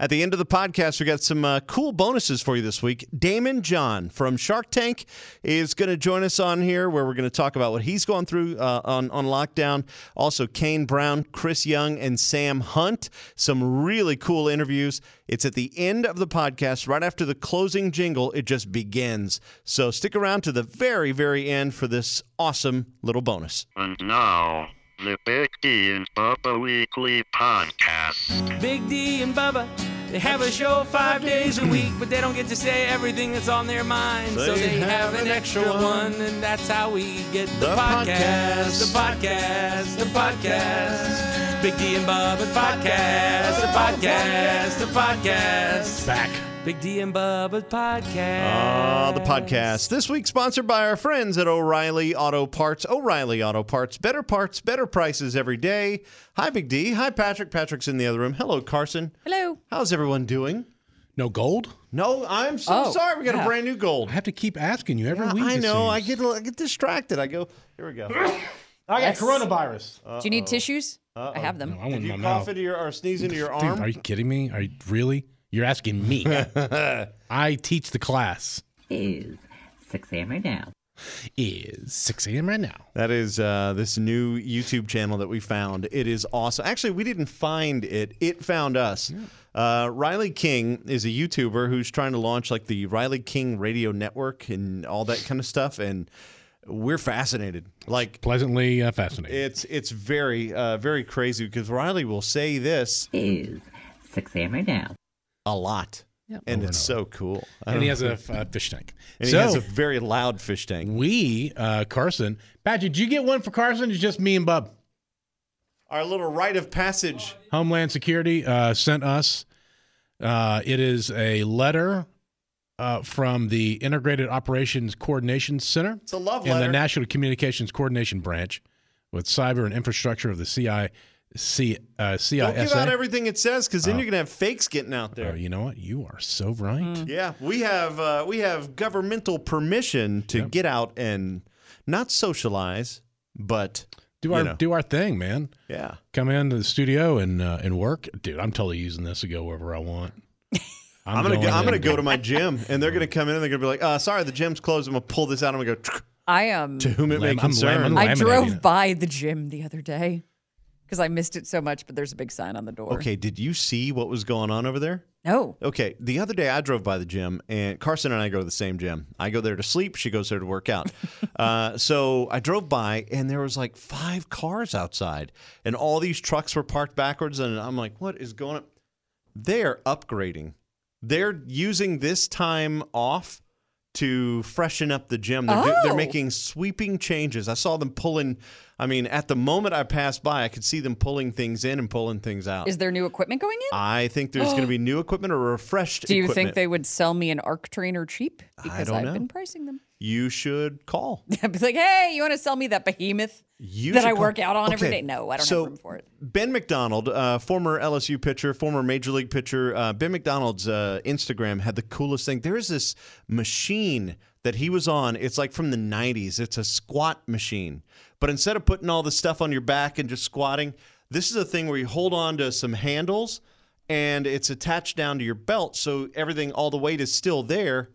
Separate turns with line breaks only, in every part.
At the end of the podcast, we got some uh, cool bonuses for you this week. Damon John from Shark Tank is going to join us on here, where we're going to talk about what he's going through uh, on on lockdown. Also, Kane Brown, Chris Young, and Sam Hunt. Some really cool interviews. It's at the end of the podcast, right after the closing jingle. It just begins. So stick around to the very, very end for this awesome little bonus.
And now, the Big D and Bubba Weekly Podcast.
Big D and Bubba, they have a show five days a week, but they don't get to say everything that's on their mind. so
They
they have, an extra one, and that's how we get the,
The
podcast, The podcast, the podcast. Big D and Bubba podcast, the podcast, the podcast.
Back.
Big D and Bubba podcast.
Ah, the podcast. This week sponsored by our friends at O'Reilly Auto Parts. O'Reilly Auto Parts. Better parts, better prices every day. Hi, Big D. Hi, Patrick. Patrick's in the other room. Hello, Carson.
Hello.
How's everyone doing?
No gold?
No, I'm so
Oh,
sorry. We got a
yeah.
brand new gold.
I have to keep asking you every week.
I
it
know. I
seems.
get I get distracted. I go. Here we go.
I got
Yes.
coronavirus.
Do you need tissues? I have them.
No, I
Did
want my
you
mouth.
cough into your or sneeze into your
Dude,
arm?
are you kidding me? Are you really? You're asking me. I teach the class.
is 6 a.m. right now.
Is 6 a.m. right now.
That is uh, this new YouTube channel that we found. It is awesome. Actually, we didn't find it, it found us. Uh, Riley King is a YouTuber who's trying to launch like the Riley King Radio Network and all that kind of stuff. And we're fascinated. Like,
Pleasantly uh, fascinating.
it's it's very uh, very crazy because Riley will say this
Is 6 a.m. right now.
a lot, and it's so cool. I
Oh, and
don't-
he has a f- uh, fish tank.
and he
so
has a very loud fish tank.
we, uh, Carson, Patrick, did you get one for Carson? It's just me and Bub.
Our little rite of passage.
Homeland Security uh, sent us. Uh, it is a letter uh, from the Integrated Operations Coordination Center.
It's a love
and
letter.
the National Communications Coordination Branch with cyber and infrastructure of the CI, C, uh,
Don't give out
CISA.
everything it says because then you're gonna have fakes getting out there.
Oh, you know what? You are so right.
Yeah, we have uh, we have governmental permission to get out and not socialize, but
Do our
You know.
do our thing, man.
yeah,
Come into the studio and uh, and work, dude. I'm totally using this to go wherever I want.
I'm, gonna go,
going
I'm
in
gonna
and
go to my gym, and they're gonna come in and they're gonna be like, uh, "Sorry, the gym's closed." I'm gonna pull this out. I'm gonna go "Tsk,"
I um
to whom it may
Lemon,
concern.
lemon,
I
laminating
drove
it.
by the gym the other day because I missed it so much, but there's a big sign on the door.
Okay, did you see what was going on over there?
No.
Okay, the other day I drove by the gym, and Carson and I go to the same gym. I go there to sleep. She goes there to work out. uh, so I drove by, and there was like five cars outside, and all these trucks were parked backwards. And I'm like, "What is going on?" They're upgrading. They're using this time off to freshen up the gym. They're, do- they're
Oh.
making sweeping changes. I saw them pulling. I mean, at the moment I passed by, I could see them pulling things in and pulling things out.
Is there new equipment going in?
I think there's going to be new equipment or refreshed
Do you
Uh, equipment.
think they would sell me an arc trainer cheap? Because
don't
I've
know.
been pricing them.
you should call.
I'd be like, hey, you want to sell me that behemoth?
You
That
should
I
call.
work out on every
Okay,
day? No, I don't
so
have room for it.
Ben McDonald, uh, former LSU pitcher, former Major League pitcher, uh, Ben McDonald's uh, Instagram had the coolest thing. There is this machine that he was on. It's like from the 90s. It's a squat machine. But instead of putting all the stuff on your back and just squatting, this is a thing where you hold on to some handles and it's attached down to your belt. So everything, all the weight is still there.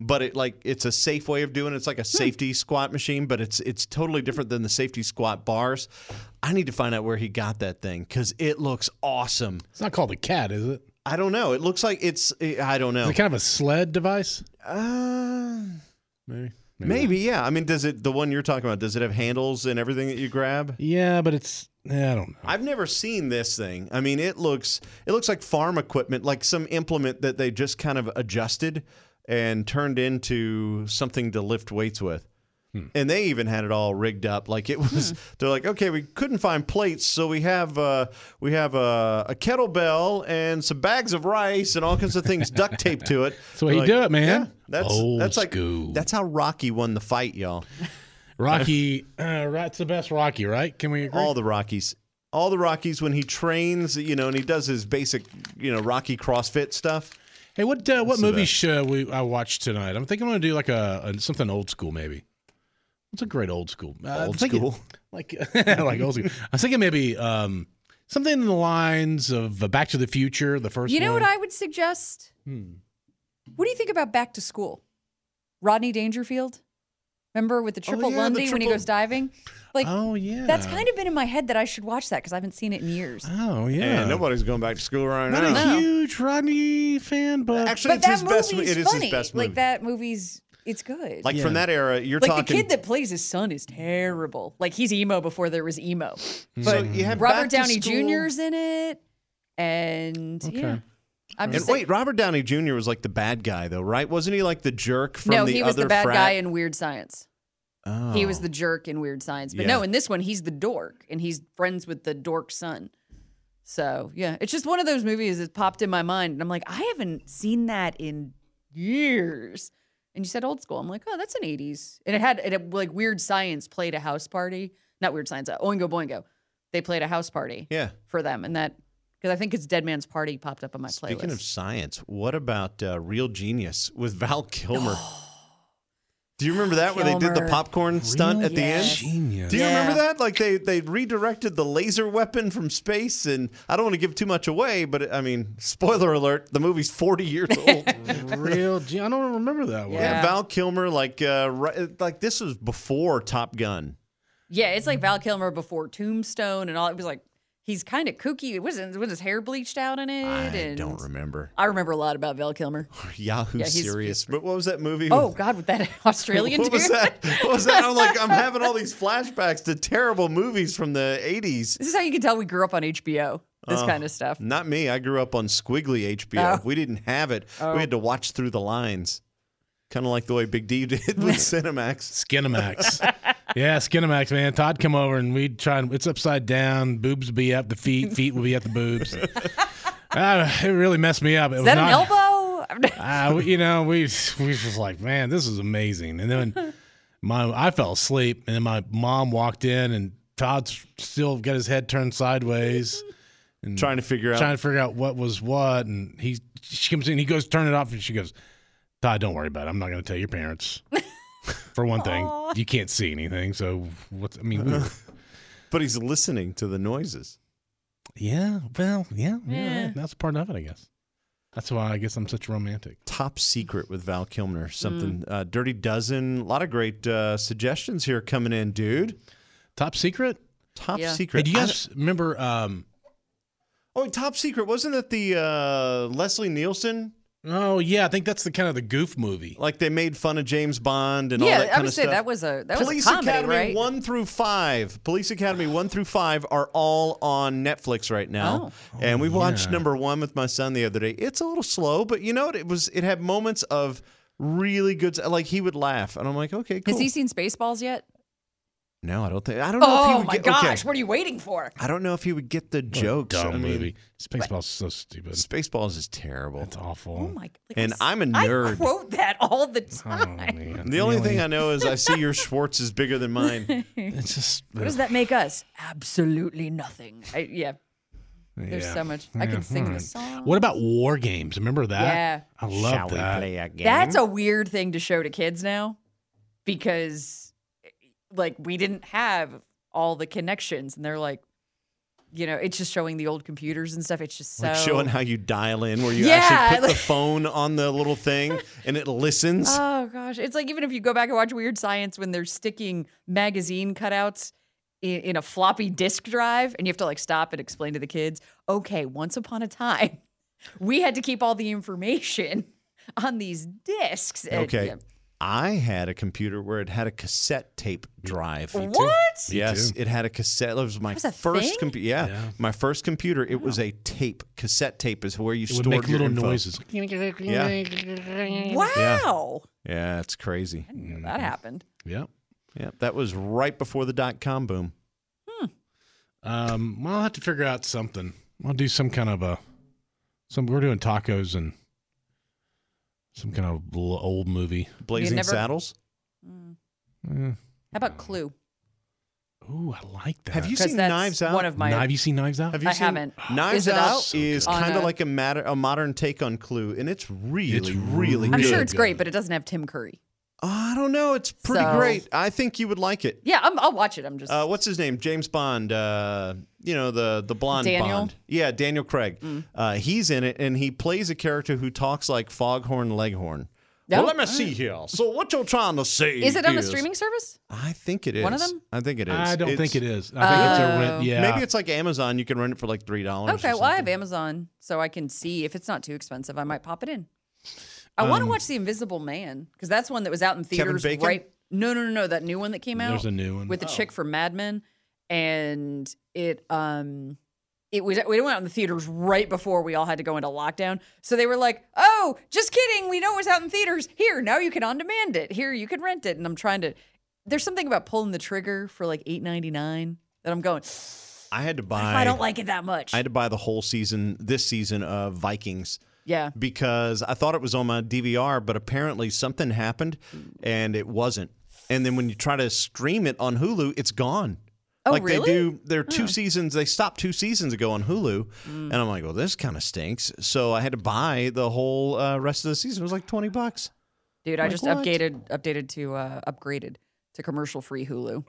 but it like it's a safe way of doing it. It's like a safety squat machine, but it's it's totally different than the safety squat bars. I need to find out where he got that thing because it looks awesome.
It's not called a cat, is it?
I don't know. It looks like it's eh, I don't
Is
know.
it kind of a sled device?
Uh,
Maybe.
maybe yeah. I mean, does it the one you're talking about? Does it have handles and everything that you grab?
Yeah, but it's eh, I don't know.
I've never seen this thing. I mean, it looks it looks like farm equipment, like some implement that they just kind of adjusted and turned into something to lift weights with.
Hmm.
And they even had it all rigged up, like it was. They're like, okay, we couldn't find plates, so we have uh, we have uh, a kettlebell and some bags of rice and all kinds of things duct taped to it.
That's the way you
They're
do it, man.
"Yeah, that's
Old
that's like
school."
that's how Rocky won the fight, y'all.
Rocky, uh, that's the best Rocky, right? Can we agree?
all the Rockies. All the Rockies when he trains, you know, and he does his basic, you know, Rocky CrossFit stuff.
hey, what uh, what
the
movie
best.
should we I watch tonight? I'm thinking I'm gonna do like a, a something old school, maybe. What's a great old school? Uh, I'm
Old
thinking-
school?
like like old school. I was thinking maybe um, something in the lines of uh, Back to the Future, the first
You know
one.
what I would suggest?
Hmm.
What do you think about back to school? Rodney Dangerfield? Remember with the triple
Oh, yeah, the
Lundy when he
triple-
goes diving? Like
Oh yeah.
that's kind of been in my head that I should watch that because I haven't seen it in years.
Oh yeah.
And nobody's going back to school right
Not
now.
a huge Rodney fan, but
Actually,
But
it's
that
his best.
movie's
It is
funny.
his best movie.
Like that movie's it's good.
Like from
Yeah.
that era, you're
Like
talking.
the kid that plays his son is terrible. Like he's emo before there was emo.
so Mm. you have Back
Robert
to
Downey
School-
Jr.'s in it, and yeah, I'm
And
just
wait, Robert Downey Jr. was like the bad guy, though, right? Wasn't he like the jerk from
no,
the
he
other
was the bad
frat?
guy in Weird Science.
oh.
He was the jerk in Weird Science, but no,
Yeah.
in this one he's the dork, and he's friends with the dork son. So yeah, it's just one of those movies that popped in my mind, and I'm like, I haven't seen that in years. And you said old school. I'm like, oh, that's an '80s, and it had it had, like Weird Science played a house party, not Weird Science, uh, Oingo Boingo. They played a house party
Yeah.
for them, and that because I think it's Dead Man's Party popped up on my playlist.
Speaking of science, what about uh, Real Genius with Val Kilmer? Do you remember that where they did the
Kilmer.
popcorn stunt at the
Yes.
end?
Genius.
Do you
Yeah.
remember that? Like they they redirected the laser weapon from space, and I don't want to give too much away, but I mean, spoiler alert: the movie's forty years old.
Real. Gen- I don't remember that one.
yeah,
Yeah.
Val Kilmer, like uh, right, like this was before Top Gun.
Yeah, it's like Val Kilmer before Tombstone and all. It was like he's kind of kooky. It wasn't was his hair bleached out in it.
I
and
don't remember
I remember a lot about Val Kilmer.
Yahoo
Yeah, he's-
Serious, but what was that movie?
Oh
with-
God, with that Australian
what
dude.
was that? What was that? I'm like, I'm having all these flashbacks to terrible movies from the 80s.
This is how you can tell we grew up on HBO. This
Oh,
kind of stuff.
Not me. I grew up on squiggly HBO.
Oh.
We didn't have it. We had to watch through the lines, kind of like the way Big D did with Cinemax.
Skinamax. yeah, Skinamax, man. Todd come over and we'd try and it's upside down. Boobs would be up the feet. Feet would be at the boobs. Uh, it really messed me up. It
Is
was
that
not,
an elbow? I'm not-
Uh, we- you know, we we was just like, man, this is amazing. And then my I fell asleep, and then my mom walked in, and Todd's still got his head turned sideways,
Mm.
and
Trying to figure out.
trying to figure out what was what. And he she comes in, he goes, turn it off, and she goes, Todd, don't worry about it. I'm not going to tell your parents. For one thing, you can't see anything, so what's I mean, we were-
but he's listening to the noises.
yeah, well, yeah, yeah, that's part of it, I guess. That's why I guess I'm such a romantic.
Top Secret with Val Kilmer. Something.
Mm.
Uh, Dirty Dozen. A lot of great uh, suggestions here coming in, dude.
Top secret.
Top
Yeah.
Secret.
Hey, do you
I
guys remember? Um,
don't- oh, Top Secret. Wasn't that the uh, Leslie Nielsen?
Oh yeah, I think that's the kind of the goof movie.
Like they made fun of James Bond and all
yeah,
that
I
kind
would
of
say
stuff.
that was a that
Police
was a comedy,
Academy
right?
one through five. Police Academy one through five are all on Netflix right now,
Oh.
Oh,
and we watched number one with my son the other day. It's a little slow, but you know what? It was it had moments of really good. Like he would laugh, and I'm like, okay, cool.
Has he seen Spaceballs yet?
no, I don't think. I don't know if he
Oh
would
my
get.
gosh,
Okay.
what are you waiting for?
I don't know if he would get the joke.
Dumb
I mean,
movie. Spaceballs is so stupid.
Spaceballs is terrible.
It's awful.
Oh my! Like,
And
I,
I'm a
I
nerd.
quote that all the
Oh,
time.
man.
the only thing I know is I see your Schwartz is bigger than mine.
it's just
What does that make us? Absolutely nothing. I, yeah, there's
yeah.
so much. I
Yeah,
can sing
Hmm.
alright.
this song.
What about war games? Remember that?
Yeah.
I love
Shall
that.
we play a game?
That's a weird thing to show to kids now because like we didn't have all the connections and they're like you know, it's just showing the old computers and stuff. It's just so
Like showing how you dial in, where you
Oh. Yeah,
actually put
like-
the phone on the little thing and it listens.
Oh gosh, it's like even if you go back and watch Weird Science when they're sticking magazine cutouts in, in a floppy disk drive, and you have to like stop and explain to the kids, okay, once upon a time, we had to keep all the information on these discs. And-
okay.
yeah.
I had a computer where it had a cassette tape drive.
What?
Yes,
too.
it had a cassette. It was my
was a
first
thing?
computer. Yeah,
Yeah.
my first computer. It was a tape. Cassette tape is where you
It
stored
would make
your
little
info.
noises.
Yeah, Mm-hmm.
Wow.
yeah, it's crazy.
You know, that happened.
Yeah.
Yeah, that was right before the dot com boom.
Um, well, I'll have to figure out something. I'll do some kind of a. Some we're doing tacos and some kind of l- old movie.
Blazing
never-
Saddles.
How about Clue?
Ooh, I like that.
Have you
Because
seen
that's
Knives Out?
one of my.
Have you seen Knives Out?
Have you
I
seen-
haven't.
Knives
Is it
Out
out? So
is
good. On
kind of
a-
like a, matter, a modern take on Clue, and it's really,
It's
really,
really
good.
I'm
good.
sure it's great, but it doesn't have Tim Curry.
I don't know. It's pretty
So-
great. I think you would like it.
Yeah, I'm, I'll watch it. I'm just
Uh, what's his name? James Bond. Uh, you know the the blonde
Daniel? Mm.
Bond. Yeah, Daniel Craig. Uh, he's in it, and he plays a character who talks like Foghorn Leghorn.
Yeah.
Well, let me see here. So what you're trying to say
is it on a streaming service?
I think it is.
One of them?
I think it is.
I don't think it is. I think it's a
Oh.
rent. Yeah.
Maybe it's like Amazon. You can rent it for like three dollars.
Okay, well, I have Amazon, so I can see if it's not too expensive. I might pop it in. I want to watch The Invisible Man because that's one that was out in
Kevin
theaters
Bacon?
right. No, no, no, no. That new one that came out.
There's a new one.
with the chick from Mad Men, and it um it was we went out in the theaters right before we all had to go into lockdown. So they were like, "Oh, just kidding. We know it was out in theaters. Here, now you can on demand it. Here, you can rent it." And I'm trying to. There's something about pulling the trigger for like eight ninety nine that I'm going.
I had to buy.
I, I don't like it that much.
I had to buy the whole season this season of Vikings
yeah.
because I thought it was on my DVR, but apparently something happened and it wasn't. And then when you try to stream it on Hulu, it's gone.
Oh,
like
really?
they do, there are two seasons. They stopped two seasons ago on Hulu,
Mm.
and I'm like, "Well, this kind of stinks." So I had to buy the whole uh, rest of the season. It was like twenty bucks.
Dude, I
Like
just
what?
updated updated to uh upgraded to commercial free Hulu.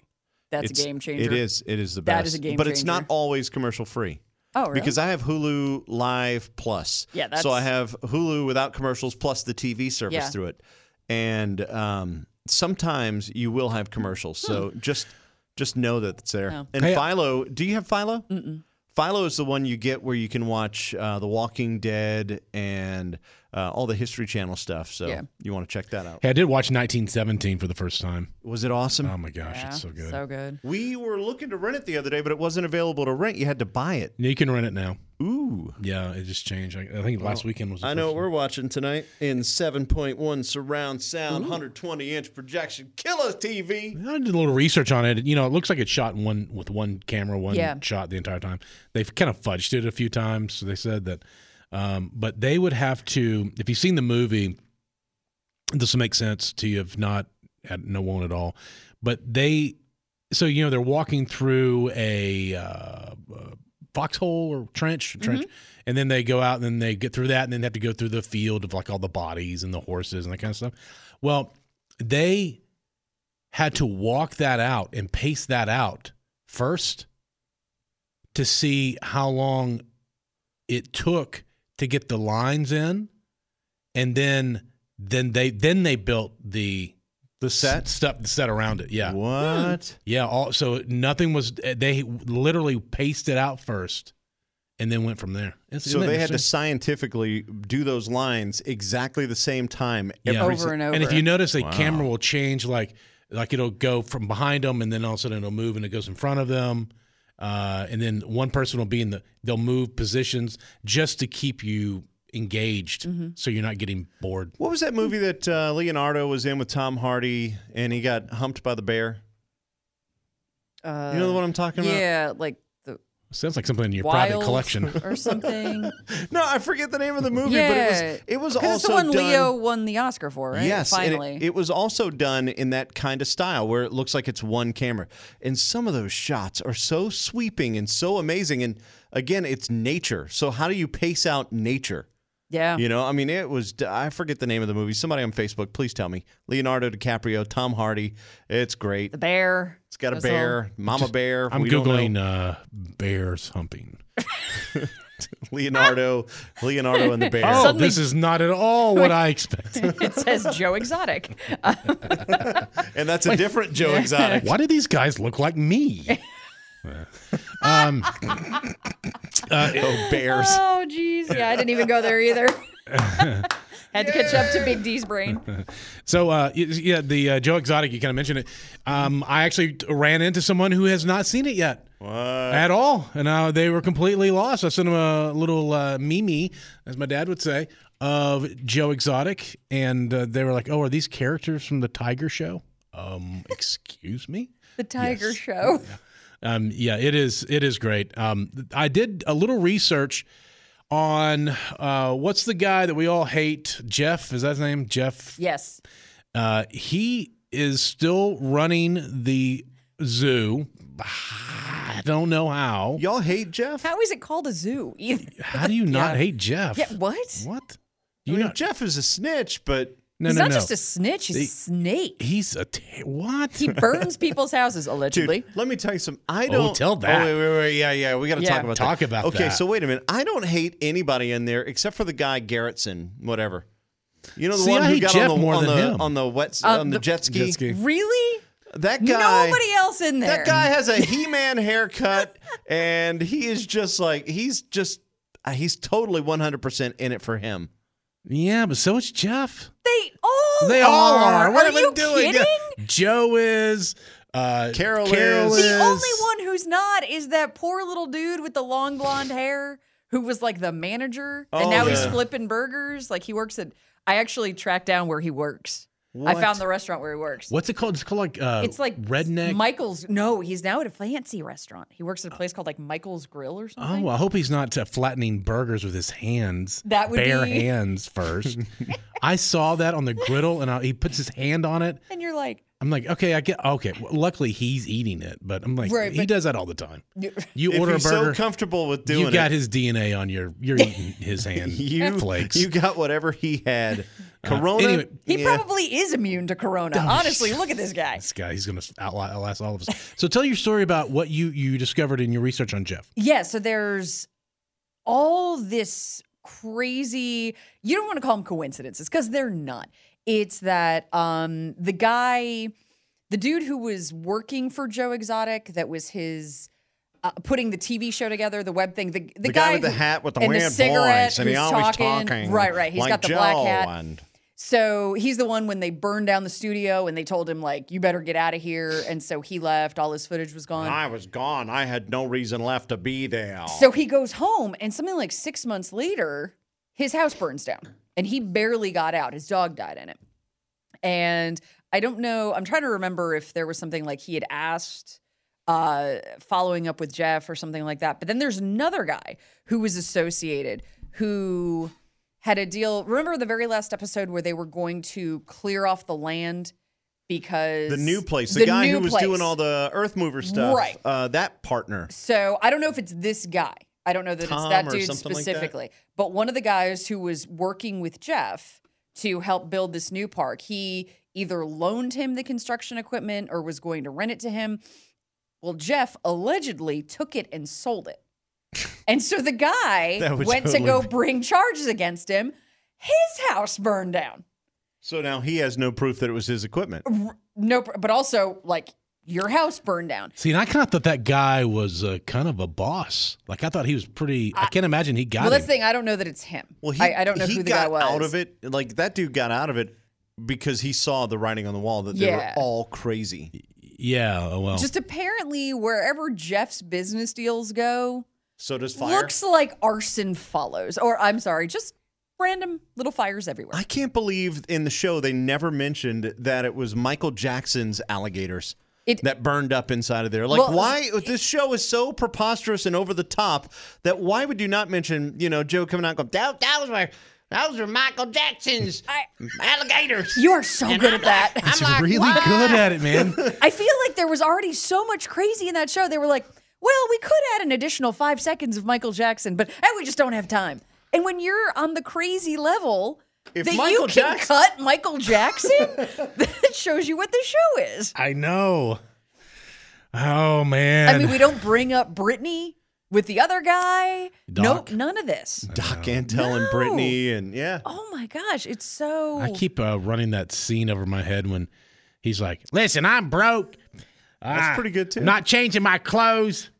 That's a game changer.
It is. It is the best.
That is a game
but it's not
changer.
always commercial free.
Oh, really?
Because I have Hulu Live Plus.
Yeah, that's-
So I have Hulu without commercials plus the TV service
Yeah.
through it. And um, sometimes you will have commercials. So
Hmm.
just just know that it's there. And
Hey, I-
Philo, do you have Philo? Mm-mm. Philo is the one you get where you can watch uh, The Walking Dead and uh, all the History Channel stuff. So
Yeah.
you want to check that out.
Hey, I did watch 1917 for the first time.
Was it awesome?
Oh my gosh,
Yeah,
it's so good.
So good.
we were looking to rent it the other day, but it wasn't available to rent. You had to buy it.
you can rent it now.
Ooh.
Yeah, it just changed. I, I think last weekend was. The
I know
first
what we're watching tonight in 7.1 surround sound, 120 inch projection, killer TV.
one. I did a little research on it. You know, it looks like it's shot in one with one camera, one
Yeah.
shot the entire time. They've kind of fudged it a few times. So they said that, um, but they would have to. If you've seen the movie, this will make sense to you. If not, at no one at all. But they, so you know, they're walking through a. Uh, uh, Foxhole or trench, trench, and then they go out and then they get through that, and then they have to go through the field of like all the bodies and the horses and that kind of stuff. Well, they had to walk that out and pace that out first to see how long it took to get the lines in and then then they then they built the
The
set stuff the set around it yeah
What?
yeah all, so nothing was they literally paced it out first and then went from there
Hmm.
It's-
So
isn't that
they had to
interesting?
scientifically do those lines exactly the same time.
Yeah.
every
Over
si-
and over.
And if you notice, the
Wow.
camera will change, like like it'll go from behind them, and then all of a sudden it'll move, and it goes in front of them, uh, and then one person will be in the. They'll move positions just to keep you engaged,
Mm-hmm.
so you're not getting bored.
What was that movie that uh, Leonardo was in with Tom Hardy and he got humped by the bear?
Uh,
You know the one I'm talking about?
Yeah, like the
Sounds like something in your
Wild
private collection.
or something.
No, I forget the name of the movie,
Yeah.
but it was it was
Because
also
it's the one
done-
Leo won the Oscar for, right?
Yes, and it-
finally.
it, was also done in that kind of style where it looks like it's one camera. And some of those shots are so sweeping and so amazing. And again, it's nature. So how do you pace out nature?
yeah.
You know, I mean, it was, I forget the name of the movie. Somebody on Facebook, please tell me. Leonardo DiCaprio, Tom Hardy. It's great.
The bear.
It's got a
That's all.
bear, mama bear.
I'm
We don't know.
googling uh, bears humping.
Leonardo, Leonardo and the bear.
Oh, this is not at all what I expected.
It says Joe Exotic.
And that's a different Joe Exotic.
Why do these guys look like me? um,
Oh, bears.
Oh, jeez. Yeah, I didn't even go there either. Had to catch up to Big D's brain.
So uh, y- yeah, the uh, Joe Exotic you kind of mentioned it. Um, I actually t- ran into someone who has not seen it yet at all, and uh, they were completely lost. I sent them a little uh, meme, as my dad would say, of Joe Exotic, and uh, they were like, "Oh, are these characters from the Tiger Show?" Um, excuse me.
The Tiger Show.
Um, yeah, it is. It is great. Um, I did a little research on uh, what's the guy that we all hate, Jeff. Is that his name? Jeff
Yes.
uh, he is still running the zoo. I don't know how.
Y'all hate Jeff?
How is it called a zoo? Either.
How do you not hate Jeff?
Yeah, what?
What?
I
You
mean,
know,
Jeff is a snitch, but
No,
he's
no,
not
no.
just a snitch. He's a
He-
snake.
He's a ta- what?
He burns people's houses
Dude,
allegedly.
let me tell you something. I don't
Oh,
Oh,
tell that.
wait, wait, wait. Yeah, yeah. We got to
Yeah.
talk about
Talk
that.
about
okay,
that.
so wait a minute. I don't hate anybody in there except for the guy Garrettson, whatever. You know the
See,
one
I
who
hate
got
Jeff
on the
more
on
than
the
him.
on the wet
Uh,
on the,
the-
jet ski.
Jet ski.
Really?
That guy.
Nobody else in there.
That guy has a He-Man haircut, and he is just like he's just uh, he's totally 100 percent in it for him.
yeah, but so is Jeff.
They all.
They all are. What
are
am I
you
doing?
kidding?
Joe is. Uh,
Carol
Carol
is.
is.
The
The only one who's not is that poor little dude with the long blonde hair who was like the manager, and
Oh,
now he's
yeah.
flipping burgers. Like he works at. I actually tracked down where he works. I found the restaurant where he works.
What's it called? It's called like. Uh,
It's like
redneck. Uh,
Michael's. No, he's now at a fancy restaurant. He works at a place called like Michael's Grill or something.
Oh, I hope he's not uh, flattening burgers with his hands.
That would
bare
be-
hands first. I saw that on the griddle, and I, he puts his hand on it.
And you're like,
I'm like, okay, I get. Okay, well, luckily he's eating it, but I'm like,
Right,
he
but-
does that all the time.
you-
You
if
order
you're
a burger,
so comfortable with doing
you got
it,
his DNA on your. You're eating his hand.
you
flakes.
you got whatever he had. Corona.
anyway.
he
yeah.
probably is immune to corona. Honestly, look at this guy.
this guy, he's gonna outla- outlast all of us. So tell your story about what you you discovered in your research on Jeff.
Yeah, so there's all this crazy you don't want to call them coincidences because they're not. It's that um the guy the dude who was working for Joe Exotic that was his uh, putting the TV show together, the web thing, the the,
the guy, with
who-
the hat with the
and
weird
the cigarette
voice, and he
who's
always
talking.
talking,
Right, right. He's
He's
got the black hat.
And
So he's the one when they burned down the studio and they told him like you better get out of here and so he left, all his footage was gone.
I was gone. I had no reason left to be there.
So he goes home, and something like six months later, his house burns down, and he barely got out. His dog died in it. And I don't know, I'm trying to remember if there was something like he had asked uh, following up with Jeff or something like that. But then there's another guy who was associated who had a deal. Remember the very last episode where they were going to clear off the land because
the new place, the, guy
new
who was doing
place.
all the Earth Mover stuff,
Right.
Uh, that partner.
So I don't know if it's this guy. I don't know that
Tom
it's that
or
dude
something like that?
specifically. But one of the guys who was working with Jeff to help build this new park, he either loaned him the construction equipment or was going to rent it to him. Well, Jeff allegedly took it and sold it. And so the guy
That would
went to
totally
go
be-
bring charges against him. His house burned down.
So now he has no proof that it was his equipment.
No, pr- but also like your house burned down.
See, and I kind of thought that guy was uh, kind of a boss. Like I thought he was pretty. I, can't imagine he got.
well, that's
him.
the thing. I don't know that it's him. I, I don't know
he
who the
got
guy was.
out of it. Like that dude got out of it because he saw the writing on the wall that they
Yeah.
were all crazy.
Yeah. oh, Well,
Just apparently, wherever Jeff's business deals go,
So does fire.
looks like arson follows. Or I'm sorry, just random little fires everywhere.
I can't believe in the show they never mentioned that it was Michael Jackson's alligators
It-
that burned up inside of there. Like,
Well,
why? This show is so preposterous and over the top that why would you not mention, you know, Joe coming out and going, that, that was where, those were Michael Jackson's
I-
alligators.
you are so good at that.
he's really good at it, man.
I feel like there was already so much crazy in that show. They were like, well, we could add an additional five seconds of Michael Jackson, but eh, we just don't have time. And when you're on the crazy level,
If
that
Michael
you can
Jackson-
cut Michael Jackson, that shows you what the show is.
I know. Oh man.
I mean, we don't bring up Britney with the other guy.
Doc.
Nope, none of this.
Doc Antel and
No.
Brittany and yeah.
Oh my gosh, it's so.
I keep uh, running that scene over my head when he's like, "Listen, I'm broke.
That's
Uh,
pretty good, too.
Not changing my clothes.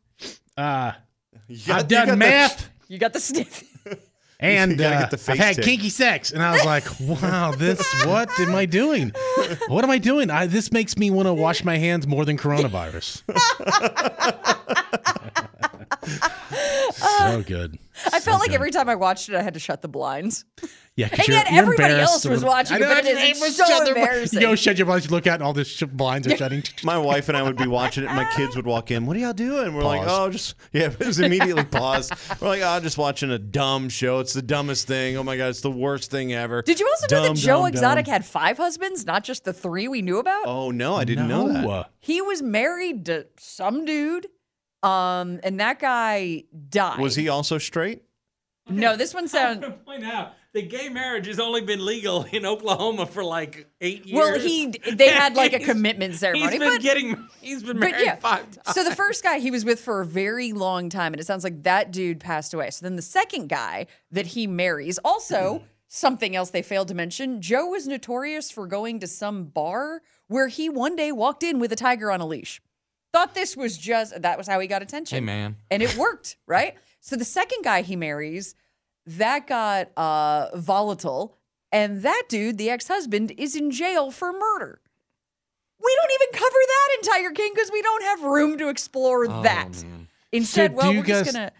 You got-
Uh, I've
you got the-
done math."
you got the sniff.
and
gotta
uh,
get the
I've
face
had
tick.
kinky sex, and I was like, "Wow, this what am I doing? What am I doing? I, this makes me want to wash my hands more than coronavirus." so good.
I felt like every time I watched it, I had to shut the blinds.
Yeah, 'cause
And
you're,
yet
you're
everybody
embarrassed
else was
when-
watching
I
it,
know,
but it
everybody
is
was
so
shut their bl-
embarrassing.
You go shut your blinds. You look out, and all this sh- blinds are shutting.
My wife and I would be watching it, and my kids would walk in. What are y'all doing? We're like,
Pause.
oh, just yeah. It was immediately paused. We're like, oh, just watching a dumb show. It's the dumbest thing. Oh my god, it's the worst thing ever.
Did you also know
Dumb,
that Joe
dumb,
Exotic
dumb.
had five husbands, not just the three we knew about?
Oh no, I didn't know that.
No.
He was married to some dude, um, and that guy died.
Was he also straight?
No, this one
I'm
sounds.
gonna point out the gay marriage has only been legal in Oklahoma for like eight years.
Well, he they had like a
He's-
commitment ceremony,
He's been
but
getting he's been
but
married
yeah.
five times.
So the first guy he was with for a very long time, and it sounds like that dude passed away. So then the second guy that he marries, also something else they failed to mention, Joe was notorious for going to some bar where he one day walked in with a tiger on a leash. Thought this was just that was how he got attention.
Hey, man.
And it worked, right? So the second guy he marries, that got uh volatile. And that dude, the ex-husband, is in jail for murder. We don't even cover that in Tiger King because we don't have room to explore
Oh,
that.
man.
Instead,
So do
well,
you
we're
guys-
just gonna.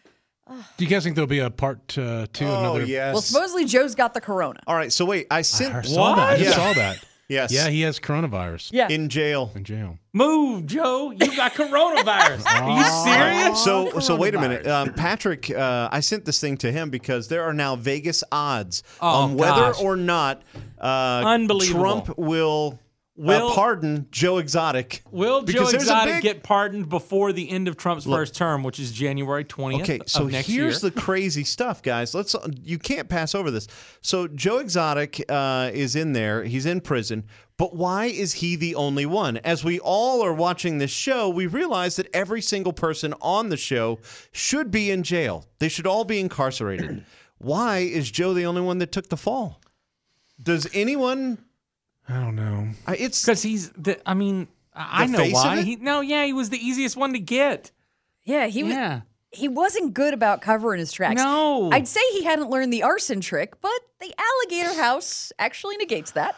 Do you guys think there'll be a part uh, two?
Oh
another?
yes.
Well, supposedly Joe's got the corona.
All right. So wait, I
I
sent
saw that. I
Yeah.
just saw that.
Yes.
Yeah, he has coronavirus
Yeah.
in jail.
in jail.
Move, Joe. You got coronavirus. Are you serious?
So, so wait a minute, um, Patrick. Uh, I sent this thing to him because there are now Vegas odds
Oh,
on whether
gosh.
or not uh,
Unbelievable.
Trump will, uh,
Will-
pardon Joe Exotic.
Will
Because
Joe
there's a
Exotic
big-
get pardoned before the end of Trump's first term, which is January 20th
Okay, so
of next
here's
year?
the crazy stuff, guys. Let's you can't pass over this. So Joe Exotic uh, is in there. He's in prison. But why is he the only one? As we all are watching this show, we realize that every single person on the show should be in jail. They should all be incarcerated. why is Joe the only one that took the fall? Does anyone?
I don't know.
I- It's
Because he's, the, I mean, I I
The
know
face of
why.
it?
He, no, yeah, he was the easiest one to get.
Yeah, he was.
yeah.
He wasn't good about covering his tracks.
No.
I'd say he hadn't learned the arson trick, but the alligator house actually negates that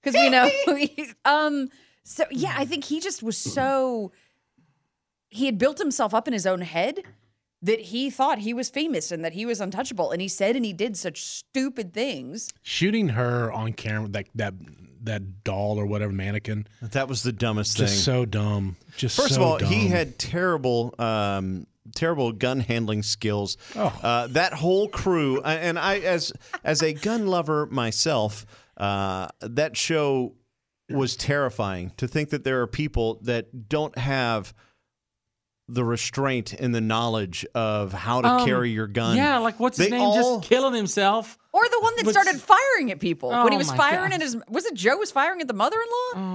because we know. um. So yeah, I think he just was so. He had built himself up in his own head that he thought he was famous and that he was untouchable, and he said and he did such stupid things.
Shooting her on camera, that that that doll or whatever mannequin,
that was the dumbest thing.
just so dumb. Just
First
so
of all, he
dumb.
had terrible, um, terrible gun handling skills.
Oh.
Uh, that whole crew, a- and I, as as a gun lover myself, uh, that show was terrifying. To think that there are people that don't have the restraint and the knowledge of how to
Um,
carry your gun.
Yeah, like what's his
They
name?
all-
Just killing himself.
Or the one that
But-
started firing at people when he
Oh
was
my
firing
gosh.
at his was it Joe was firing at the mother-in-law?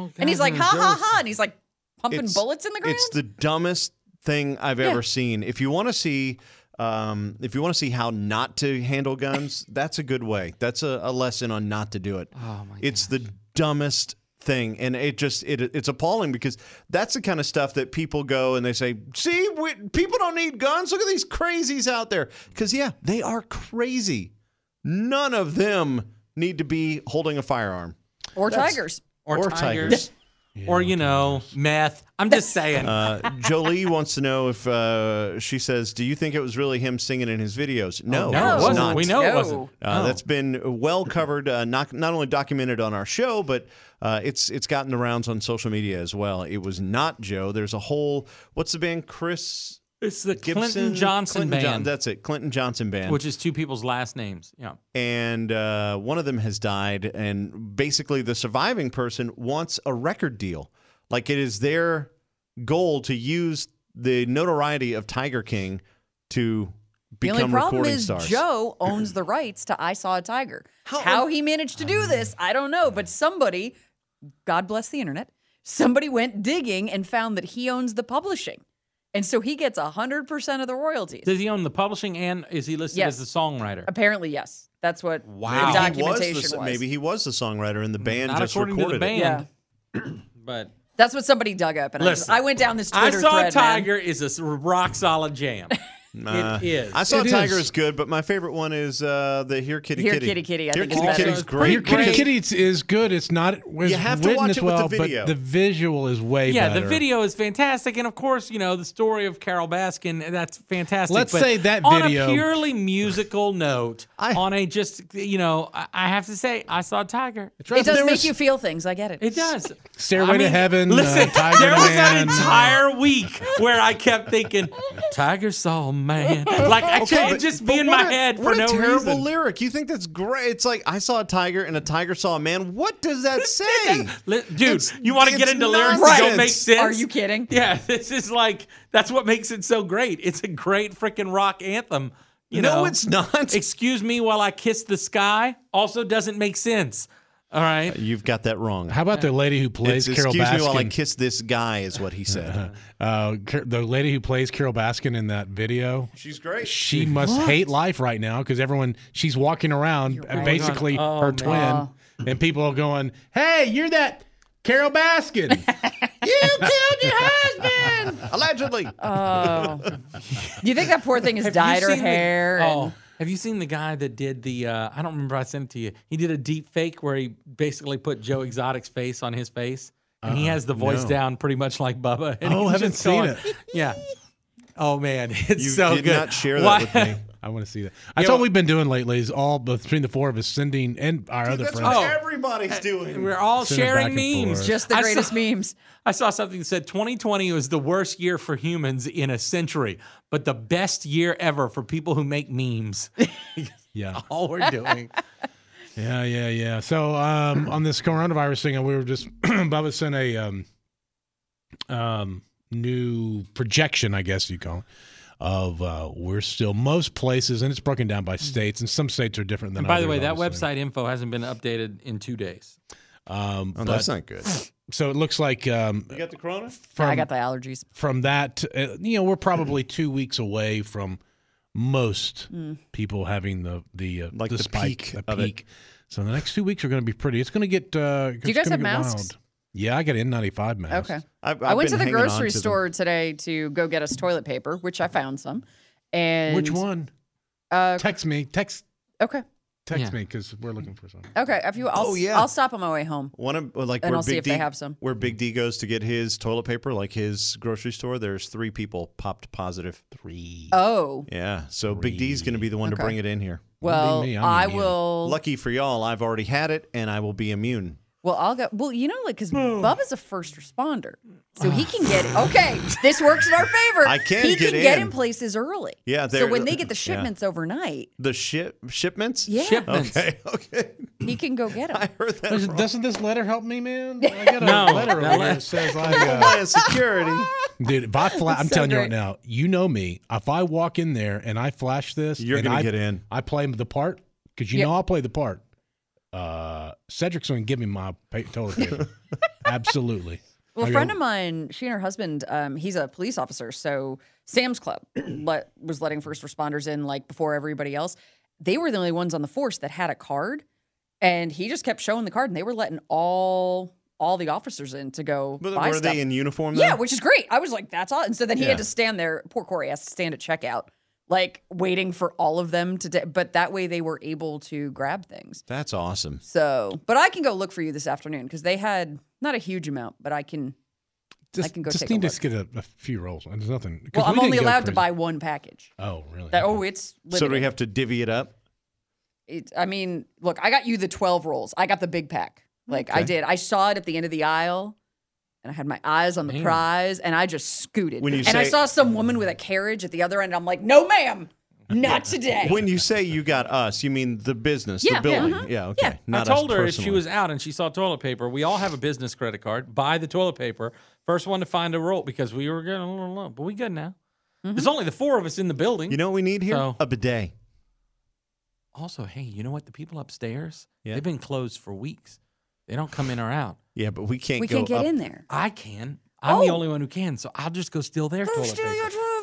Oh,
and he's
God,
like ha ha
Joe's-
ha and he's like pumping
It's-
bullets in the ground.
It's the dumbest thing I've ever seen. If you want to see, um, if you want to see how not to handle guns, that's a good way. That's a, a lesson on not to do it.
Oh, my
it's the dumbest thing, and it just it it's appalling because that's the kind of stuff that people go and they say, "See, we, people don't need guns. Look at these crazies out there." Because yeah, they are crazy. None of them need to be holding a firearm
or tigers.
Or,
tigers.
or, you know, meth. I'm just saying.
Uh, Jolie wants to know if uh, she says, "Do you think it was really him singing in his videos?" No,
Oh, no, it
was
wasn't.
not.
We know Oh. it
No.
wasn't.
Uh,
No.
That's been well covered, uh, not not only documented on our show, but uh, it's it's gotten the rounds on social media as well. It was not Joe. There's a whole what's the band? Chris
It's the
Gibson,
Clinton Johnson
Clinton John-
band,
that's it, Clinton Johnson band.
which is two people's last names. Yeah.
and uh, one of them has died, and basically the surviving person wants a record deal. Like it is their goal to use the notoriety of Tiger King to
The
become
only problem
recording
is
stars.
Joe owns the rights to I Saw a Tiger. How, he managed to do this, I don't know, but somebody, God bless the internet, somebody went digging and found that he owns the publishing. And so he gets 100% of the royalties.
Does he own the publishing and is he listed
Yes.
as the songwriter?
Apparently, yes. That's what
Wow.
the
Maybe he was the-
documentation was.
Maybe he was the songwriter, and the band
Mm, Not
just
according
recorded
to the band.
it.
Yeah.
But
That's what somebody dug up, and I, just,
Listen,
I went down this
I
Twitter
saw
thread, man.
Tiger is a s- rock solid jam. it is.
I saw
It
Tiger
is.
is good, but my favorite one is uh, the Here Kitty
Here
Kitty.
Kitty Kitty, I
Here
think is
Kitty
better.
Kitty's
Also,
great.
Your Kitty
Great.
Kitty is- is good. It's not it's
have to
written
watch
as
it with the
well,
video.
but the visual is way
yeah,
better.
the video is fantastic, and of course, you know the story of Carol Baskin. That's fantastic.
Let's
but
say that
on
video-
a purely musical note,
I-
on a just you know, I, I have to say, I saw Tiger.
It does
There
make
was-
you feel things. I get it.
It does.
Stairway
I
to
mean,
Heaven,
Listen,
uh, Tiger
there was
Man.
an entire week where I kept thinking, "Tiger saw a man." Like I
Okay,
can't
but-
just
but
be in
what
my
a-
head for
what
no
a terrible
reason.
lyric. You think that's great? It's like I saw a tiger and a tiger saw a man. What does that say?
Li- Dude,
It's-
you want to get
it's
into lyrics that don't make
nonsense.
sense?
Are you kidding?
Yeah, this is like that's what makes it so great. It's a great freaking rock anthem. You
no,
know,
it's not.
excuse me while I kiss the sky also doesn't make sense. All right.
You've got that wrong.
How about the lady who
It's,
plays
excuse
Carol
me
Baskin?
while I kiss this guy, is what he
Uh-huh.
said.
uh, Car- the lady who plays Carol Baskin in that video.
She's great.
She must hate life right now because everyone she's walking around uh, basically
Oh,
her
man.
twin, and people are going, "Hey, you're that Carol Baskin."
You killed your husband! Allegedly.
Oh. you think that poor thing has dyed her
seen the-
hair? and-
oh, have you seen the guy that did the? Uh, I don't remember. I sent it to you. He did a deep fake where he basically put Joe Exotic's face on his face, and he has the voice
no.
down pretty much like Bubba. and
Oh,
he's
haven't
just
seen
going-
it.
Yeah. Oh man, it's
You
so
did
good.
not share that
Why-
with me.
I want to see that. That's all
well-
we've been doing lately is all between the four of us sending and our other
That's
friends.
what
Oh.
everybody's doing.
We're all
Send it
sharing
back and
memes.
forth.
Just the
I saw-
greatest memes.
I saw something that said 2020 was the worst year for humans in a century, but the best year ever for people who make memes.
Yeah.
All we're doing.
Yeah, yeah, yeah. So um, on this coronavirus thing, we were just Bubba sent a um, um, new projection, I guess you call it, of uh, we're still most places, and it's broken down by states, and some states are different than.
Hmm. And by the way,
others,
that
obviously.
website info hasn't been updated in two days.
Um,
Oh,
but-
that's not good.
so it looks like um,
You got the corona?
from
I got the allergies.
from that, uh, you know, we're probably two weeks away from most people having the the uh,
Like the
spike,
peak
the
of it.
peak. So the next two weeks are going to be pretty. It's going to get. Uh, Do
you guys have masks?
Yeah, I got an N95 mask.
Okay.
I've,
I
I've
went to
been
the
hanging on
grocery
to them.
store today to go get us toilet paper, which I found some. And
Which one?
Uh,
Text me. Text
okay.
text
Yeah.
me because we're looking for something.
Okay. If you, I'll,
Oh,
s-
yeah.
I'll stop on my way home.
One of well, like
And
where
I'll see
Big
if
D,
they have some.
Where Big D goes to get his toilet paper, like his grocery store, there's three people popped positive. Three.
Oh,
Yeah. So Big D's going to be the one to
Okay.
bring it in here.
well,
me, I'm
I
immune.
will.
Lucky for y'all, I've already had it and I will be immune.
Well, I'll go. Well, you know, like, because Bubba's a first responder. So he can get it. Okay. This works in our favor.
I can
He
get
can get
in.
in places early.
Yeah,
So
they're-
when they get the
yeah.
shipments overnight,
The ship shipments?
yeah,
Shipments.
Okay. Okay.
he can go get them.
I heard that.
Doesn't, doesn't this letter help me, man? I got a
No,
letter over
no.
here that says I. Uh,
By a security.
Dude, if I fla- I'm
so
telling you
great.
right now, you know me. If I walk in there and I flash this,
You're
and
gonna
I-
get in.
I play the part because you know I'll play the part. Uh, Cedric's going to give me my pa- toilet paper. Absolutely.
Well,
I
a
go,
friend of mine, she and her husband, um, he's a police officer. So Sam's Club let, was letting first responders in like before everybody else. They were the only ones on the force that had a card, and he just kept showing the card, and they were letting all all the officers in to go
But
buy
were
stuff.
they in uniform though?
yeah, which is great. I was like, that's all. And so then he
Yeah.
had to stand there. Poor Corey has to stand at checkout, like waiting for all of them to. da- but that way they were able to grab things.
That's awesome.
So, but I can go look for you this afternoon because they had not a huge amount, but I can. I
just,
can go
just
take a
need to
look.
just get a, a few rolls. There's nothing.
Well,
'cause we
I'm
didn't
only
go
allowed to
crazy.
buy one package.
Oh, really?
That oh, it's limited.
So do we have to divvy it up?
It- I mean, look, I got you the 12 rolls. I got the big pack. Like I did. I saw it at the end of the aisle, and I had my eyes on the prize, and I just scooted.
When you
and I
say-
saw some woman with a carriage at the other end. I'm like, no, ma'am, not today.
When you say you got us, you mean the business,
Yeah,
the
yeah,
building.
uh-huh.
Yeah, okay.
Yeah.
Not
I told
us
her if she
personally.
was out and she saw toilet paper, we all have a business credit card. Buy the toilet paper. First one to find a roll because we were getting a little low, but we good now. There's only the four of us in the building.
You know what we need here?
So-
A bidet.
also, hey, you know what? The people upstairs,
Yeah.
they've been closed for weeks. They don't come in or out.
Yeah, but we can't
we
go
can't get
up.
in there.
I can. I'm the
Oh.
only one who can, so I'll just go steal their toilet paper.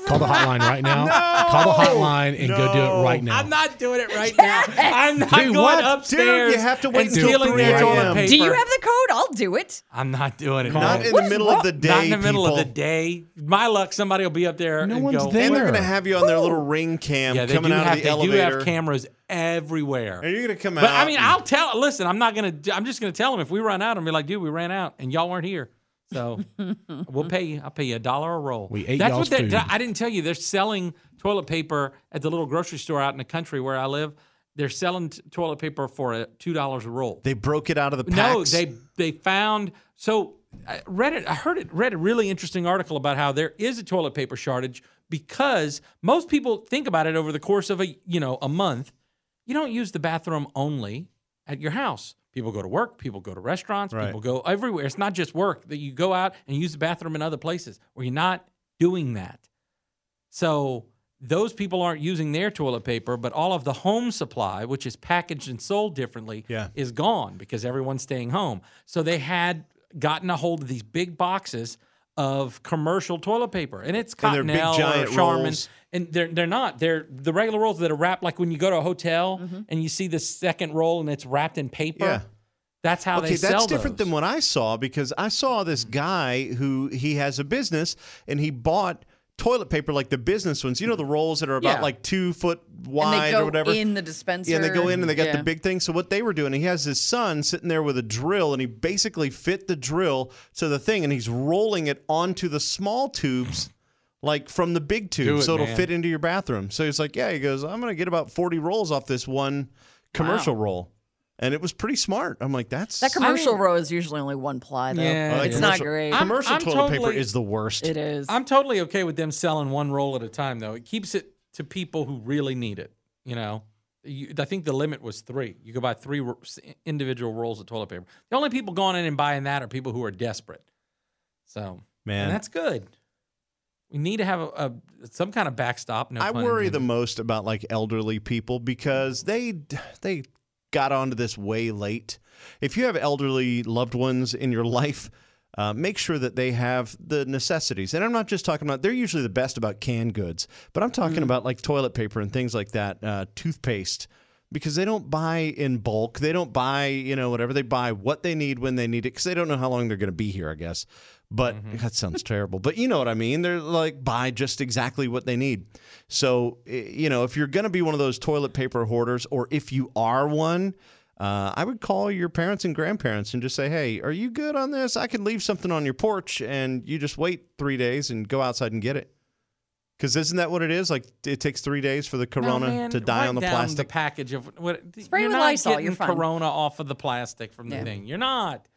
Call the hotline right now. Call the hotline and go do it right now.
I'm not doing it right now. I'm not
Do
going
what? Dude,
upstairs.
you have to wait
and
until
stealing
3
their toilet
a.m.
paper.
Do you have the code? I'll do it.
I'm not doing it.
Not
man.
in
What
the
is
middle of
wrong-
the day.
Not in the middle
people.
of the day. My luck, somebody will be up there.
No
and
one's
go,
there.
And they're going to
Sure.
have you on their little ring cam
Yeah, they
coming
do
out
have,
of the
they
elevator.
do have cameras everywhere.
Are you going to come
but
out?
I mean, I'll tell. Listen, I'm not gonna. I'm just gonna tell them if we run out, I'm be like, dude, we ran out, and y'all weren't here. So we'll pay you. I'll pay you a dollar a roll.
We ate
That's
y'all's
what they're.
food.
I didn't tell you. They're selling toilet paper at the little grocery store out in the country where I live. They're selling t- toilet paper for uh, two dollars a roll.
They broke it out of the
No,
packs.
they they found so I read it. I heard it read a really interesting article about how there is a toilet paper shortage because most people think about it over the course of a you know a month. You don't use the bathroom only at your house. People go to work. People go to restaurants.
Right.
People go everywhere. It's not just work that you go out and use the bathroom in other places where you're not doing that. So those people aren't using their toilet paper, but all of the home supply, which is packaged and sold differently,
Yeah.
is gone because everyone's staying home. So they had gotten a hold of these big boxes of commercial toilet paper, and it's
And they're
Cottonelle
big, giant
or Charmin,
rolls.
and they're they're not they're the regular rolls that are wrapped like when you go to a hotel and you see the second roll and it's wrapped in paper.
Mm-hmm. Yeah.
That's how
okay,
they sell
that's different
those.
than what I saw because I saw this guy who he has a business and he bought toilet paper like the business ones. You know the rolls that are about
Yeah.
like two foot
and
wide
they go
or whatever.
in the dispenser.
yeah, and they go in and they got
yeah.
the big thing. So what they were doing, he has his son sitting there with a drill, and he basically fit the drill to the thing, and he's rolling it onto the small tubes, like from the big tube,
it,
so it'll
man.
fit into your bathroom. So he's like, yeah, he goes, I'm gonna get about 40 rolls off this one commercial roll, and it was pretty smart. I'm like, that's
That commercial row is usually only one ply though.
Yeah.
I like
it's not
commercial-
great.
I'm-
Commercial
I'm
toilet paper
totally-
is the worst.
it is.
I'm totally okay with them selling one roll at a time, though. It keeps it to people who really need it. You know, you, I think the limit was three. You could buy three ro- s- individual rolls of toilet paper. The only people going in and buying that are people who are desperate. So,
Man.
and that's good. We need to have a, a some kind of backstop. No,
I
pun
worry the
intended.
most about like elderly people because they they got onto this way late. If you have elderly loved ones in your life, uh, make sure that they have the necessities. And I'm not just talking about they're usually the best about canned goods, but I'm talking
Mm.
about like toilet paper and things like that, uh, toothpaste. Because they don't buy in bulk, they don't buy you know whatever they buy what they need when they need it because they don't know how long they're going to be here, I guess. But
Mm-hmm.
that sounds terrible. But you know what I mean. They're like buy just exactly what they need. So i- you know if you're going to be one of those toilet paper hoarders, or if you are one, uh, I would call your parents and grandparents and just say, "Hey, are you good on this? I can leave something on your porch, and you just wait three days and go outside and get it." Because isn't that what it is? Like it takes three days for the
No,
corona
man,
to die
write
on the
down
plastic.
package of what
Spray
you're
with
not
Lysol,
getting
you're fine.
corona off of the plastic from the
Yeah.
thing. You're not.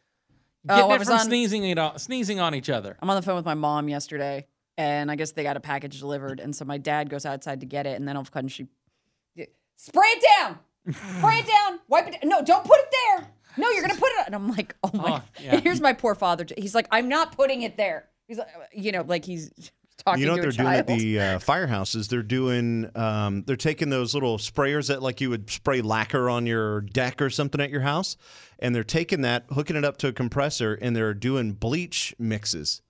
Oh,
Getting
I
it
was
from
on-
sneezing it on, sneezing on each other.
I'm on the phone with my mom yesterday, and I guess they got a package delivered, and so my dad goes outside to get it, and then all of a sudden she spray it down, spray it down, wipe it. No, don't put it there. No, you're gonna put it. And I'm like, oh
Oh,
my.
yeah.
Here's my poor father. He's like, I'm not putting it there. He's like, uh, you know, like he's talking
You know what
to
they're
a
doing
child.
at the uh, firehouses? They're doing, um, they're taking those little sprayers that like you would spray lacquer on your deck or something at your house, and they're taking that, hooking it up to a compressor, and they're doing bleach mixes.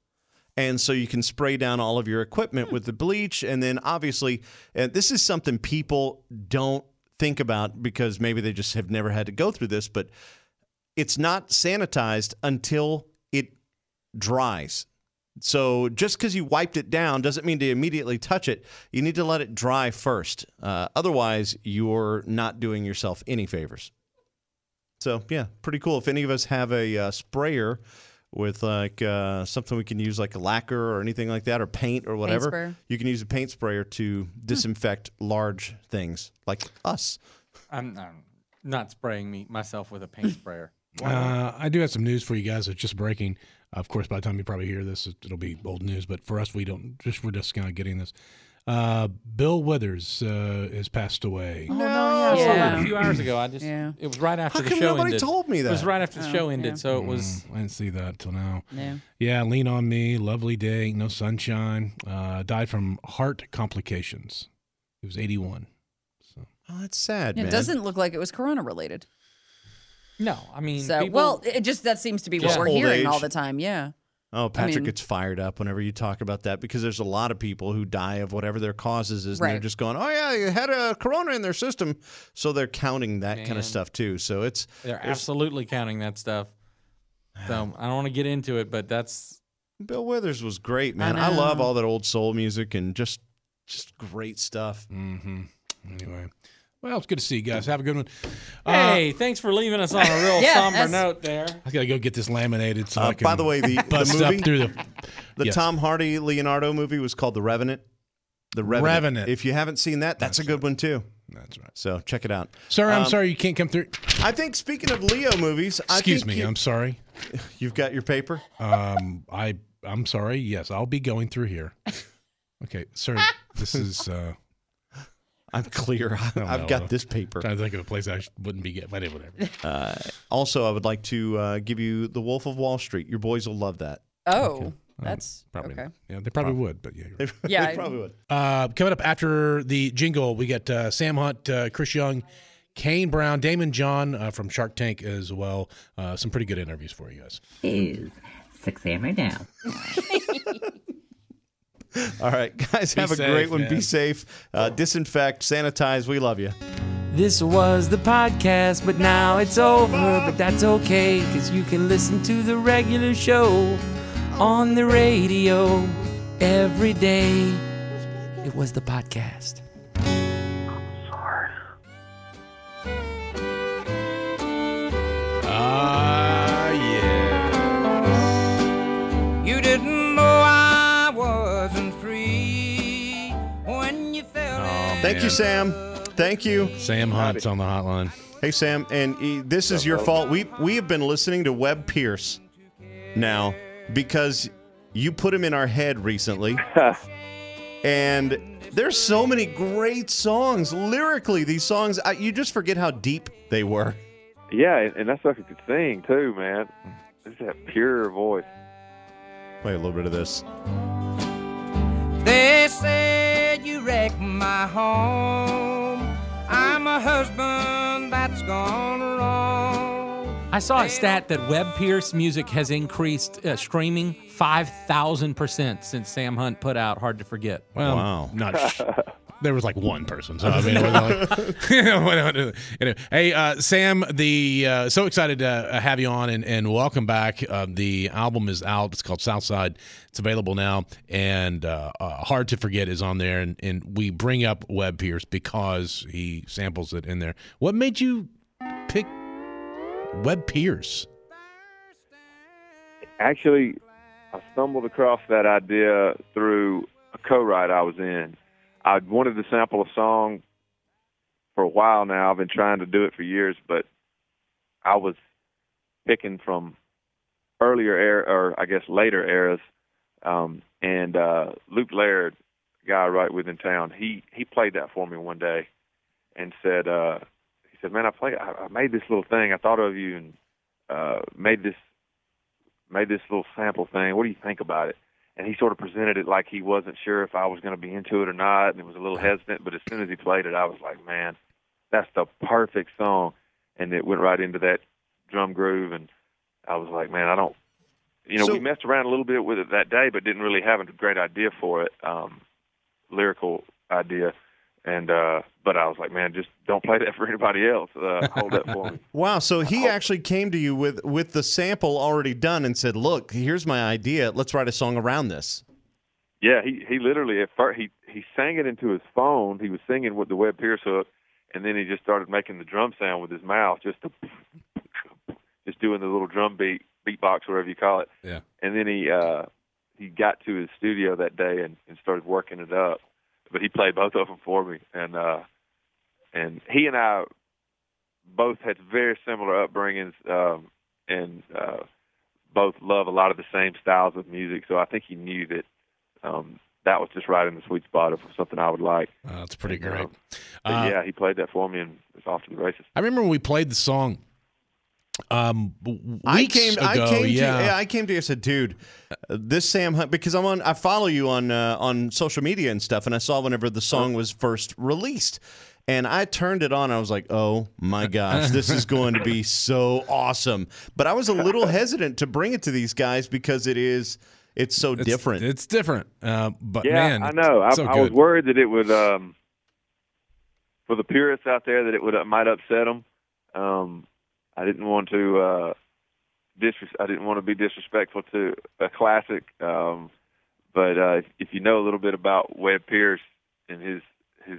And so you can spray down all of your
Hmm.
equipment with the bleach, and then obviously, and this is something people don't think about because maybe they just have never had to go through this, but it's not sanitized until it dries. So just because you wiped it down doesn't mean to immediately touch it. You need to let it dry first. Uh, otherwise, you're not doing yourself any favors. So yeah, pretty cool. If any of us have a uh, sprayer with like uh, something we can use, like a lacquer or anything like that, or paint or whatever,
sprayer. Hmm.
you can use a paint sprayer to disinfect large things like us.
I'm, I'm not spraying me myself with a paint sprayer.
Uh, I do have some news for you guys. It's just breaking. Of course, by the time you probably hear this, it- it'll be old news. But for us, we don't. Just we're just kind of getting this. Uh, Bill Withers uh, has passed away.
oh, no,
I saw that
yeah.
a few hours ago. I just
Yeah. Oh,
it was right after
How
the
come
show
nobody
ended.
told me
It was
that?
right after the show ended,
yeah.
so it was.
Mm, I didn't see that till now.
Yeah.
Yeah, lean on me. Lovely day. No sunshine. Uh, died from heart complications. He was 81.
Oh, that's sad,
Yeah,
man.
It doesn't look like it was corona related.
No, I mean,
So,
people-
well, it just that seems to be
Just
what we're
old
hearing all
age.
the time. Yeah.
Oh, Patrick
mean-
gets fired up whenever you talk about that because there's a lot of people who die of whatever their causes is, and they're
Right.
just going, "Oh yeah, you had a corona in their system," so they're counting that kind
Man.
of stuff too. So it's
they're absolutely counting that stuff. So I don't want to get into it, but that's
Bill Withers was great, man. I,
know.
love all that old soul music and just just great stuff.
Mm-hmm. Anyway. Well, it's good to see you guys. Have a good one. Uh,
hey, thanks for leaving us on a real
Yeah,
somber
that's-
note there.
I gotta go get this laminated. So
Uh,
I can
by the way, the, the
bust
movie,
up through the.
the
yes.
Tom Hardy Leonardo movie was called The Revenant. The Revenant.
Revenant.
If you haven't seen that, that's, a good one too.
That's right,
So check it out.
sir. I'm sorry you can't come through.
I think speaking of Leo movies, Um, I
Excuse
think
me.
you-
I'm sorry.
you've got your paper.
Um, I I'm sorry. Yes, I'll be going through here. Okay, sir. This is. Uh,
I'm clear. I've
no, no.
got this paper.
trying to think of a place I sh- wouldn't be getting. But anyway, whatever.
Also, I would like to uh, give you The Wolf of Wall Street. Your boys will love that.
Oh, That's
Probably.
okay.
not. Yeah, they probably would, but yeah. you're right.
Yeah,
they
I-
probably would.
Uh, coming up after the jingle, we got uh, Sam Hunt, uh, Chris Young, Kane Brown, Damon John uh, from Shark Tank as well. Uh, some pretty good interviews for you guys.
Is 6 a.m. right now.
All right, guys, have a
safe,
great one. Be
man.
safe. Uh, disinfect, sanitize. We love you.
This was the podcast, but now it's over. But that's okay, because you can listen to the regular show on the radio every day. It was the podcast.
Ah, yeah.
You didn't know I wasn't free when you fell in.
Thank you, Sam. Thank you.
Oh, Sam Hunt's on the hotline.
Hey, Sam, and uh, this is your fault. We we have been listening to Webb Pierce now because you put him in our head recently, and there's so many great songs lyrically. These songs, I, you just forget how deep they were.
Yeah, and, and that sucker could sing too, man. It's that pure voice.
Play a little bit of this.
They said you wrecked my home. I'm a husband that's gone wrong.
I saw a stat that Web Pierce music has increased uh, streaming 5,000% since Sam Hunt put out Hard to Forget.
Well,
Wow.
not sh- there was like one person. So I mean, it wasn't like- Anyway, hey, uh, Sam, the uh, so excited to have you on and, and welcome back. Uh, the album is out. It's called Southside. It's available now, and uh, uh, Hard to Forget is on there. And, and we bring up Webb Pierce because he samples it in there. What made you pick Webb Pierce?
Actually, I stumbled across that idea through a co-write I was in. I wanted to sample a song for a while now. I've been trying to do it for years, but I was picking from earlier era, or I guess later eras. Um, and uh, Luke Laird, a guy right within town, he he played that for me one day, and said uh, he said, "Man, I played. I, I made this little thing. I thought of you and uh, made this made this little sample thing. What do you think about it? And he sort of presented it like he wasn't sure if I was going to be into it or not, and it was a little hesitant. But as soon as he played it, I was like, man, that's the perfect song. And it went right into that drum groove, and I was like, man, I don't. You know,
So-
we messed around a little bit with it that day, but didn't really have a great idea for it, um, lyrical idea. And uh, but I was like, man, just don't play that for anybody else. Uh, hold that for me.
Wow, so he
Oh.
actually came to you with with the sample already done and said, "Look, here's my idea. Let's write a song around this."
Yeah, he he literally at first he he sang it into his phone. He was singing with the Webb Pierce hook, and then he just started making the drum sound with his mouth, just the, just doing the little drum beat beatbox, whatever you call it.
Yeah.
And then he uh he got to his studio that day and, and started working it up. But he played both of them for me, and uh and he and I both had very similar upbringings, um, and uh both love a lot of the same styles of music. So I think he knew that um, that was just right in the sweet spot of something I would like.
Uh, that's pretty
And,
great.
um, but
Uh,
yeah, he played that for me, and it's off to the races.
I remember when we played the song. Um, w-
I
weeks
came. I
ago,
came
yeah.
to. Yeah, I came to you. I said, "Dude, uh, this Sam Hunt because I'm on. I follow you on uh, on social media and stuff, and I saw whenever the song was first released." And I turned it on. I was like, "Oh my gosh, this is going to be so awesome!" But I was a little hesitant to bring it to these guys because it is, it's so
It's-
different.
It's different. Uh, but
Yeah,
man,
I know. I,
so
I was
good.
worried that it would, um, for the purists out there, that it would uh, might upset them. Um, I didn't want to. Uh, disres- I didn't want to be disrespectful to a classic, um, but uh, if, if you know a little bit about Webb Pierce and his his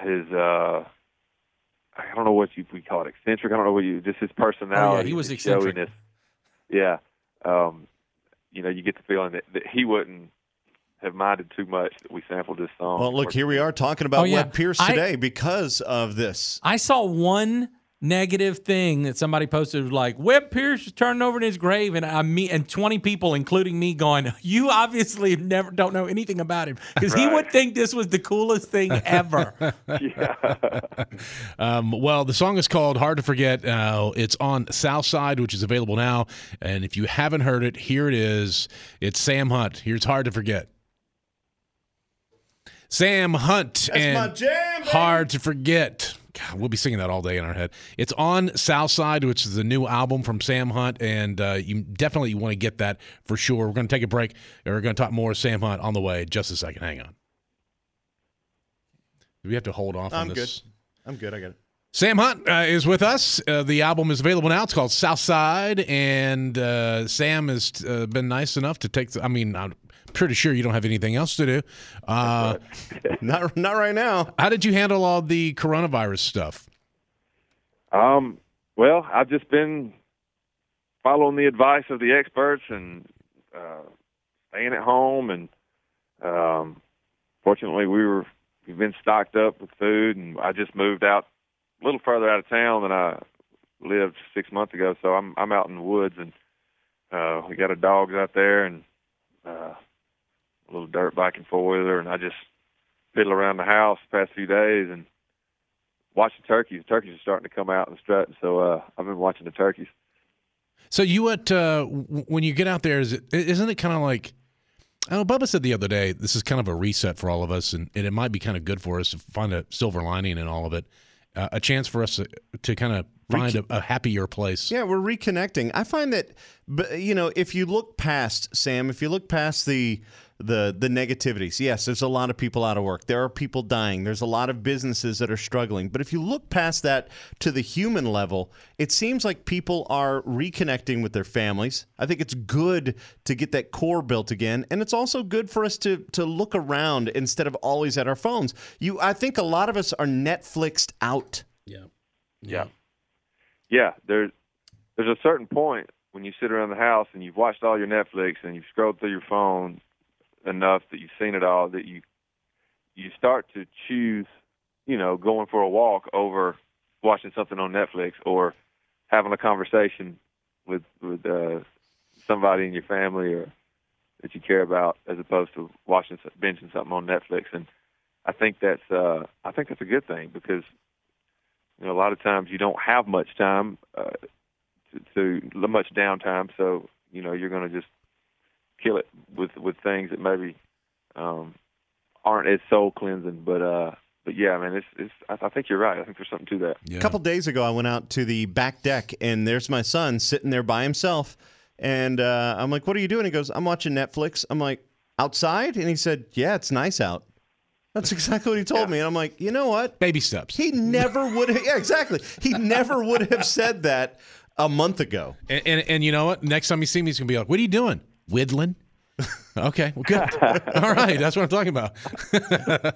his uh, I don't know what you we call it eccentric. I don't know what you just his
Oh,
personality.
he was
his
eccentric.
showiness. Yeah, um, you know, you get the feeling that, that he wouldn't have minded too much that we sampled this song.
well, look, here we are talking about
Oh, yeah.
Webb Pierce
I-
today because of this.
I saw one negative thing that somebody posted was like Webb Pierce is turning over in his grave, and I me and twenty people, including me, going, "You obviously never don't know anything about him because he would think this was the coolest thing ever."
Um, well, the song is called Hard to Forget. Uh, it's on Southside, which is available now. And if you haven't heard it, here it is. It's Sam Hunt. Here's Hard to Forget. Sam Hunt and
my jam, baby.
Hard to Forget. God, we'll be singing that all day in our head. It's on Southside, which is the new album from Sam Hunt, and uh, you definitely want to get that for sure. We're going to take a break. and We're going to talk more Sam Hunt on the way. Just a second. Hang on. Do we have to hold off on
I'm
this?
good. I'm good. I got it.
Sam Hunt uh, is with us. Uh, the album is available now. It's called Southside, and uh, Sam has uh, been nice enough to take. The, I mean, I'm pretty sure you don't have anything else to do. Uh,
Not not right now.
How did you handle all the coronavirus stuff?
Um, well, I've just been following the advice of the experts and uh, staying at home. And um, fortunately, we were we've been stocked up with food, and I just moved out a little further out of town than I lived six months ago. So I'm I'm out in the woods, and uh, we got our dogs out there, and uh, a little dirt bike and four wheeler, and I just fiddle around the house the past few days, and watch the turkeys. The turkeys are starting to come out and strut, so uh, I've been watching the turkeys.
So you at uh, w- when you get out there, is it isn't it kind of like? Oh, Bubba said the other day, this is kind of a reset for all of us, and, and it might be kind of good for us to find a silver lining in all of it, uh, a chance for us to, to kind of find a, a happier place.
Yeah, we're reconnecting. I find that, but you know, if you look past Sam, if you look past the the the negativities, yes, there's a lot of people out of work. There are people dying. There's a lot of businesses that are struggling. But if you look past that to the human level, it seems like people are reconnecting with their families. I think it's good to get that core built again, and it's also good for us to to look around instead of always at our phones. You, I think a lot of us are Netflixed out.
yeah.
Yeah, there's there's a certain point when you sit around the house and you've watched all your Netflix and you've scrolled through your phone enough that you've seen it all that you you start to choose, you know, going for a walk over watching something on Netflix or having a conversation with with uh, somebody in your family or that you care about, as opposed to watching some- binging something on Netflix. And I think that's uh, I think that's a good thing because you know a lot of times you don't have much time uh, to, to much downtime, so you know you're going to just kill it with with things that maybe um, aren't as soul cleansing. But uh, but yeah, man, it's it's I, I think you're right. I think there's something to that.
Yeah.
A couple days ago, I went out to the back deck, and there's my son sitting there by himself. And uh, I'm like, "What are you doing?" He goes, "I'm watching Netflix." I'm like, "Outside?" And he said, "Yeah, it's nice out." That's exactly what he told me. And I'm like, "You know what?
baby steps.
He never would. Have, yeah, exactly. He never would have said that a month ago."
And, and and you know what? Next time you see me, he's gonna be like, "What are you doing? Whittling." okay, well, good. All right, that's what I'm talking about.
Uh,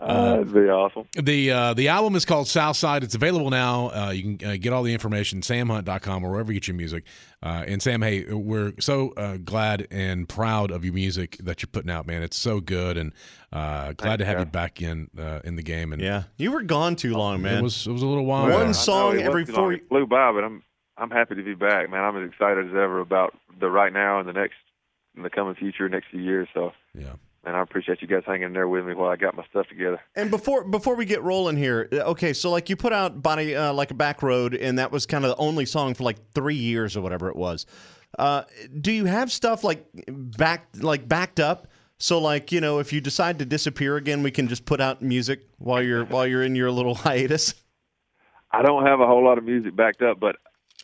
that'd be awesome.
the uh, The album is called Southside. It's available now. Uh, you can uh, get all the information samhunt.com or wherever you get your music. Uh, and Sam, hey, we're so uh, glad and proud of your music that you're putting out, man. It's so good, and uh, glad to have you back in uh, in the game. And
Yeah, you were gone too long, man.
it was it was a little while.
One
there.
s- Song
I know it
every
wasn't too long.
four-
It flew by, but I'm I'm happy to be back, man. I'm as excited as ever about the right now and the next and the coming future, next few years. So
yeah.
man, I appreciate you guys hanging in there with me while I got my stuff together.
And before before we get rolling here, uh, okay, so like you put out "Body uh, Like a Back Road," and that was kind of the only song for like three years or whatever it was. Uh, do you have stuff like back like backed up? So like you know, if you decide to disappear again, we can just put out music while you're while you're in your little hiatus.
I don't have a whole lot of music backed up, but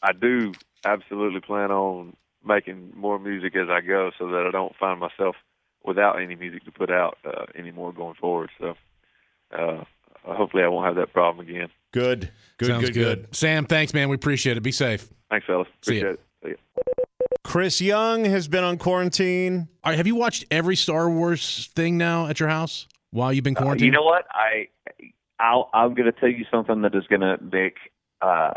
I do absolutely plan on making more music as I go, so that I don't find myself without any music to put out uh, anymore going forward. So uh, hopefully, I won't have that problem again.
Good, good,
Sounds good. Sam, thanks, man. We appreciate it. Be safe.
Thanks, fellas.
See ya.
Appreciate it. See ya.
Chris Young has been on quarantine.
All right, have you watched every Star Wars thing now at your house while you've been
Uh,
quarantined?
you know what? I I'll, I'm going to tell you something that is going to make uh,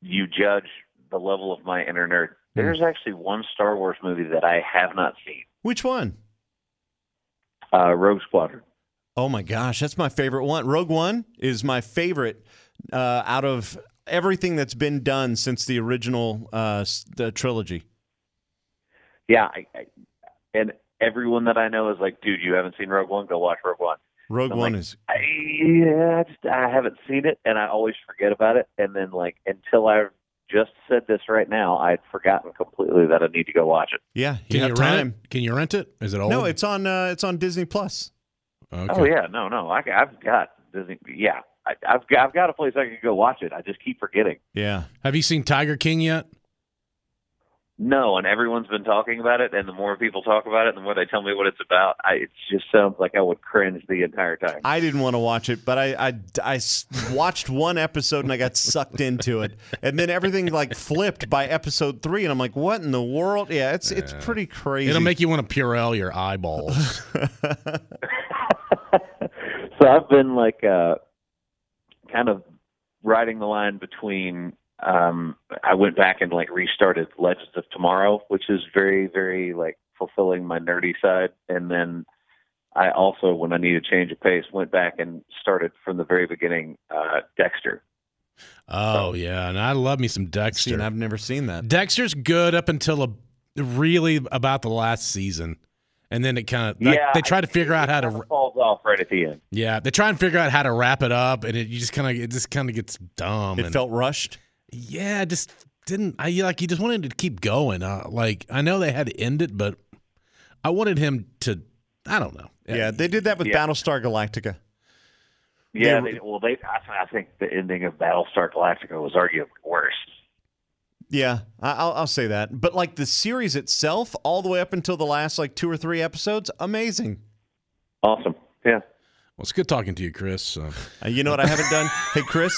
you judge the level of my inner nerd.
Hmm.
There's actually one Star Wars movie that I have not seen.
Which one?
Uh, Rogue Squadron.
Oh my gosh, that's my favorite one. Rogue One is my favorite uh, out of everything that's been done since the original uh, s- the trilogy.
Yeah, I, I, and everyone that I know is like, dude, you haven't seen Rogue One? Go watch Rogue One.
Rogue
I'm
One
like,
is
I, yeah, I just I haven't seen it, and I always forget about it. And then like until I just said this right now, I'd forgotten completely that I need to go watch it.
yeah. You
Can you,
have
rent
time.
it? Can you rent it? Is it old?
No, it's on uh, it's on Disney Plus.
Okay.
Oh yeah, no, no, I, I've got Disney. Yeah, I, I've got, I've got a place I could go watch it. I just keep forgetting.
Yeah.
Have you seen Tiger King yet?
No, and everyone's been talking about it, and the more people talk about it, the more they tell me what it's about. I, it just sounds like I would cringe the entire time.
I didn't want to watch it, but I, I, I s- watched one episode and I got sucked into it, and then everything like flipped by episode three, and I'm like, what in the world? Yeah, it's it's pretty crazy.
It'll make you want to Purell your eyeballs.
so I've been like uh kind of riding the line between um I went back and like restarted Legends of Tomorrow, which is very, very like fulfilling my nerdy side. And then I also, when I need a change of pace, went back and started from the very beginning, uh Dexter.
oh yeah, and I love me some Dexter.
Seen- I've never seen that.
Dexter's good up until a, really about the last season, and then it kind of like, they try to figure out how to
It falls off right at the end.
yeah they try and figure out how to wrap it up, and it you just kind of it just kind of gets dumb.
It
and,
felt rushed.
yeah, it just didn't I like you just wanted to keep going. Uh, like I know they had to end it, but I wanted him to. I don't know.
Yeah, they did that with
Yeah.
Battlestar Galactica.
Yeah, they, well, they. I, I think the ending of Battlestar Galactica was arguably worse.
Yeah, I- I'll, I'll say that. But like the series itself, all the way up until the last like two or three episodes, amazing.
Awesome. Yeah.
Well, it's good talking to you, Chris. Uh,
Uh, you know what I haven't done? Hey, Chris,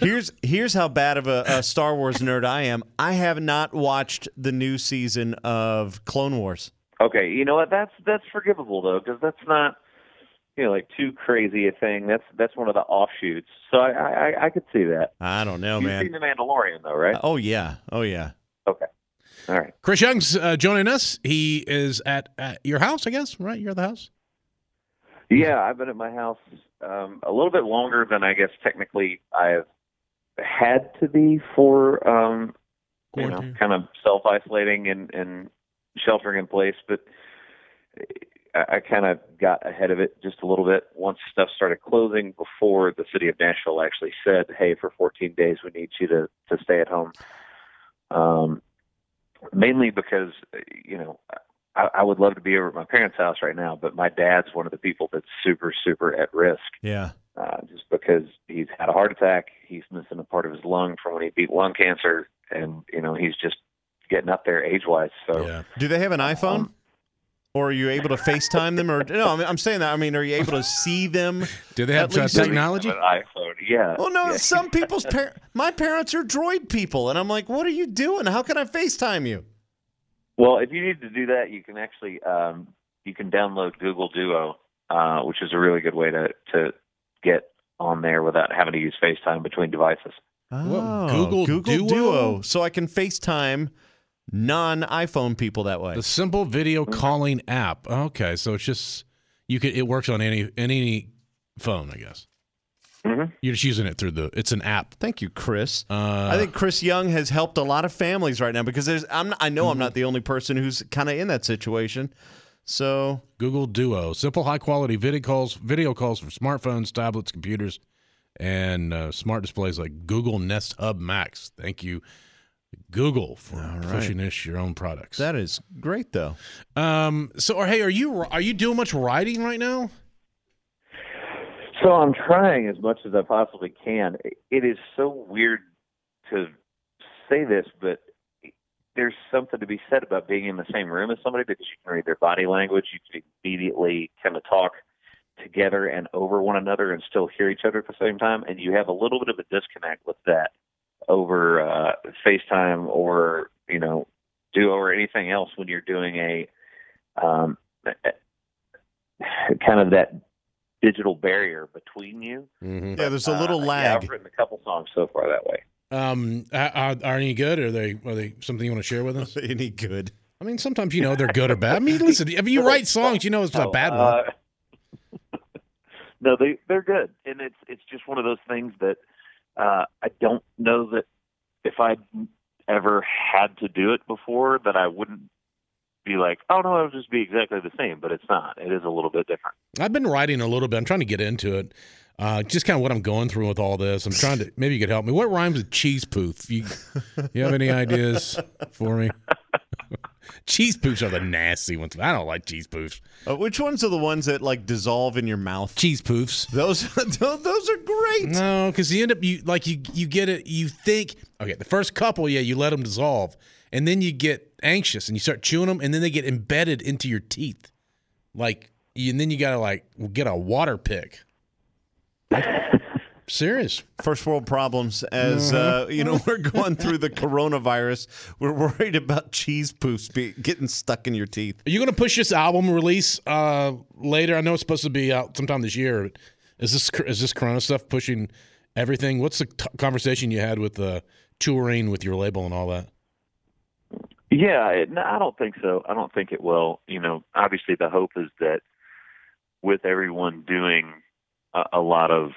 here's here's how bad of a, a Star Wars nerd I am. I have not watched the new season of Clone Wars.
Okay, you know what? That's that's forgivable though, because that's not you know like too crazy a thing. That's that's one of the offshoots. So I I, I- I could see that.
I don't know,
You've seen
man.
the Mandalorian though, right?
Oh yeah, oh yeah.
All right.
Chris Young's uh, joining us. He is at, at your house, I guess. Right, you're at the house.
Yeah, I've been at my house um, a little bit longer than I guess technically I've had to be for um, you know
Quarantine.
kind of self isolating and and sheltering in place, but. I, I kind of got ahead of it just a little bit once stuff started closing before the city of Nashville actually said, "Hey, for 14 days, we need you to to stay at home." Um, mainly because you know I, I would love to be over at my parents' house right now, but my dad's one of the people that's super super at risk
Yeah.
uh, just because he's had a heart attack. He's missing a part of his lung from when he beat lung cancer, and you know he's just getting up there age wise. So.
Yeah.
Do they have an iPhone?
Um,
Or are you able to FaceTime them? Or no, I mean, I'm saying that. I mean, are you able to see them?
Do they have
At least-
uh, technology?
Have an iPhone, yeah.
Well, no.
Yeah.
Some people's par- my parents are droid people, and I'm like, what are you doing? How can I FaceTime you?
Well, if you need to do that, you can actually um, you can download Google Duo, uh, which is a really good way to to get on there without having to use FaceTime between devices.
Whoa, Google Duo?
Oh, so I can FaceTime non-iPhone people that way.
The simple video calling app. Okay, so it's just you could it works on any any phone, I guess.
Mhm.
You're just using it through the. It's an app.
Thank you, Chris.
Uh,
I think Chris Young has helped a lot of families right now because there's I'm not, I know
Mm-hmm.
I'm not the only person who's kind of in that situation. So
Google Duo, simple high quality video calls, video calls for smartphones, tablets, computers, and uh, smart displays like Google Nest Hub Max. Thank you, Google, for pushing this your own products.
that is great though.
um. So, or hey, are you are you doing much writing right now?
So I'm trying as much as I possibly can. It is so weird to say this, but there's something to be said about being in the same room as somebody because you can read their body language. You can immediately kind of talk together and over one another and still hear each other at the same time. And you have a little bit of a disconnect with that over uh, FaceTime or, you know, Duo or anything else when you're doing a um, kind of that digital barrier between you.
Mm-hmm.
Yeah, there's a
Uh,
little
Yeah,
lag.
I've written a couple songs so far that way.
Um. Are, are are any good? Are they are they something you want to share with us?
Any good?
I mean, sometimes you know they're good or bad. I mean, listen, I mean, you write songs, you know it's a
No,
bad one.
uh, no, they they're good, and it's it's just one of those things that Uh, I don't know that if I'd ever had to do it before, that I wouldn't be like, oh no, it'll just be exactly the same. But it's not. It is a little bit different.
I've been writing a little bit. I'm trying to get into it. Uh, just kind of what I'm going through with all this. I'm trying to. Maybe you could help me. What rhymes with cheese poof? You, you have any ideas for me? cheese poofs are the nasty ones. I don't like cheese poofs.
Uh, which ones are the ones that like dissolve in your mouth?
Cheese poofs.
Those those are great.
No, because you end up you like you you get it. You think okay, the first couple, yeah, you let them dissolve, and then you get anxious and you start chewing them, and then they get embedded into your teeth, like, and then you gotta like get a water pick. Serious.
First world problems as uh,
Mm-hmm.
you know we're going through the coronavirus. We're worried about cheese poofs be- getting stuck in your teeth.
Are you gonna push this album release uh, later? I know it's supposed to be out sometime this year. But is this is this Corona stuff pushing everything? What's the t- conversation you had with uh, touring with your label and all that?
Yeah, it, no, I don't think so. I don't think it will. You know, obviously the hope is that with everyone doing a, a lot of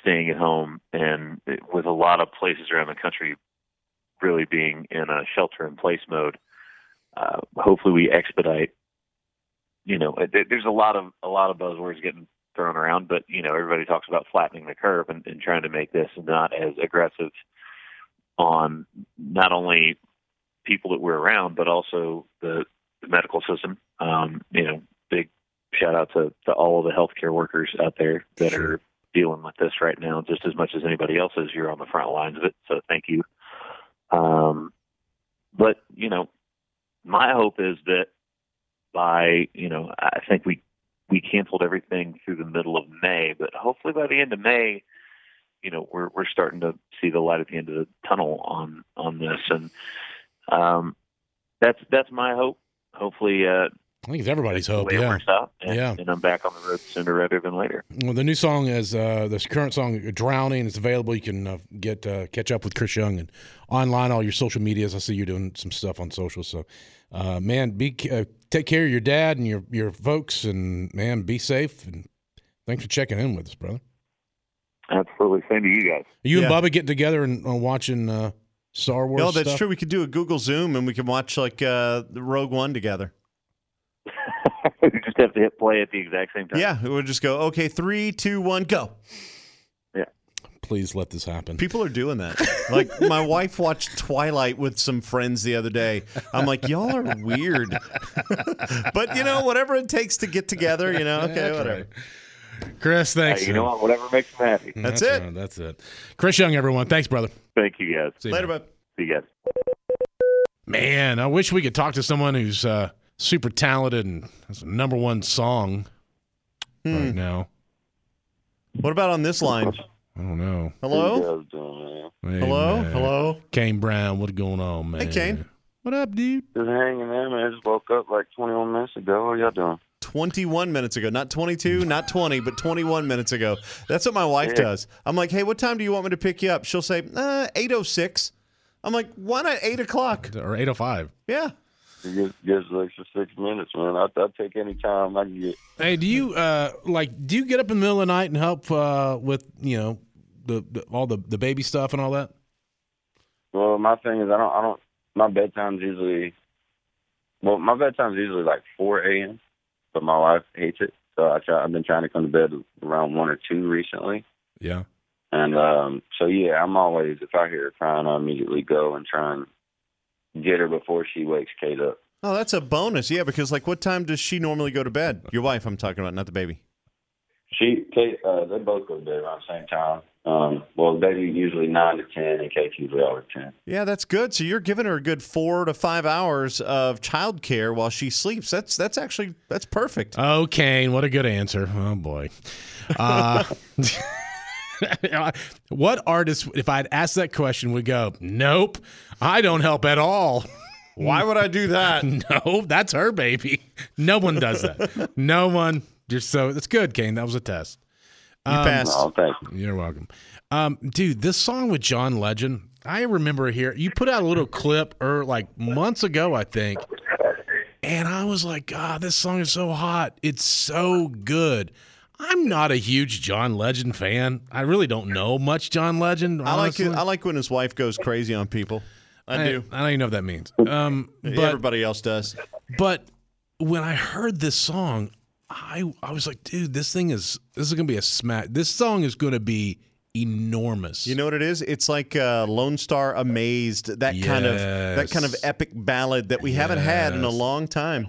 staying at home and it, with a lot of places around the country really being in a shelter in place mode, uh, hopefully we expedite. You know, uh, there- there's a lot of a lot of buzzwords getting thrown around, but you know, everybody talks about flattening the curve and, and trying to make this not as aggressive on not only people that we're around, but also the, the medical system. Um, you know, big shout out to, to all of the healthcare workers out there that are dealing with this right now, just as much as anybody else is. You're on the front lines of it, so thank you. Um, but you know, my hope is that by you know, I think we we canceled everything through the middle of May, but hopefully by the end of May, you know, we're we're starting to see the light at the end of the tunnel on on this, and um, that's that's my hope. Hopefully, uh,
I think it's everybody's
the
hope.
way it
Yeah.
works out, and,
Yeah.
and I'm back on the road sooner rather than later.
Well, the new song is uh, this current song "Drowning." It's available. You can uh, get uh, catch up with Chris Young and online all your social medias. I see you're doing some stuff on social. So, uh, man, be uh, take care of your dad and your your folks, and man, be safe. And thanks for checking in with us, brother.
Absolutely, same to you guys.
You
Yeah.
and Bubba getting together and uh, watching uh, Star Wars.
No, that's
stuff?
true. We could do a Google Zoom and we can watch like uh, the Rogue One together.
you just have to hit play at the exact same time.
Yeah, we'll just go. Okay, three, two, one, go.
Please let this happen.
People are doing that. Like my wife watched Twilight with some friends the other day. I'm like, y'all are weird. but you know, whatever it takes to get together, you know. Okay,
That's
whatever.
right. Chris,
Hey,
thanks.
you know
man.
what? Whatever makes them
Mm-hmm.
happy.
That's it.
right. That's it. Chris Young, everyone. Thanks, brother.
Thank you guys.
See you,
Later,
man.
bud.
See you guys.
Man, I wish we could talk to someone who's uh, super talented and has a number one song
Hmm.
right now.
What about on this line?
I don't know.
Hello?
You guys doing,
Hey,
Hello?
man.
Hello?
Kane Brown, what's going on, man?
Hey, Kane.
What up, dude?
man? Just hanging in, man. I just woke up like 21 minutes ago. What y'all doing?
21 minutes ago. Not 22, not 20, but 21 minutes ago. That's what my wife does. I'm like, hey, what time do you want me to pick you up? She'll say, uh, 8.06. I'm like, why not 8 o'clock?
Or 805.
Yeah.
You guys- you guys an extra six minutes, man. I, I'll take any time I can get.
Hey, do you uh like do you get up in the middle of the night and help uh with, you know, the, the all the, the baby stuff and all that?
Well, my thing is, I don't, I don't, my bedtime's usually, well, my bedtime's usually like 4 a.m., but my wife hates it. So I try, I've been trying to come to bed around 1 or 2 recently.
Yeah.
And um, so, yeah, I'm always, if I hear her crying, I immediately go and try and get her before she wakes Kate up.
Oh, that's a bonus. Yeah, because like, what time does she normally go to bed? Your wife, I'm talking about, not the baby.
She, Kate, uh, they both go to bed around the same time. Um, well, they usually 9 to 10, and Kate's usually always 10.
Yeah, that's good. So you're giving her a good four to five hours of childcare while she sleeps. That's that's actually that's perfect.
Oh, Kane, what a good answer. Oh boy. Uh, what artist if I'd asked that question would go, Nope, I don't help at all.
Why would I do that?
No, that's her baby. No one does that. no one. You're so that's good, Kane. That was a test.
You passed.
Oh, thank you.
You're welcome. Um, dude, this song with John Legend, I remember here you put out a little clip or like months ago, I think. And I was like, God, this song is so hot. It's so good. I'm not a huge John Legend fan. I really don't know much John Legend.
I like
honestly.
it. I like when his wife goes crazy on people. I do.
I don't even know what that means. Um, but
Everybody else does.
But when I heard this song, I I was like, dude, this thing is this is gonna be a smack. This song is gonna be enormous.
You know what it is? It's like uh, Lone Star Amazed, that kind of that kind of
Yes.
epic ballad that we haven't had in a
Yes.
long time.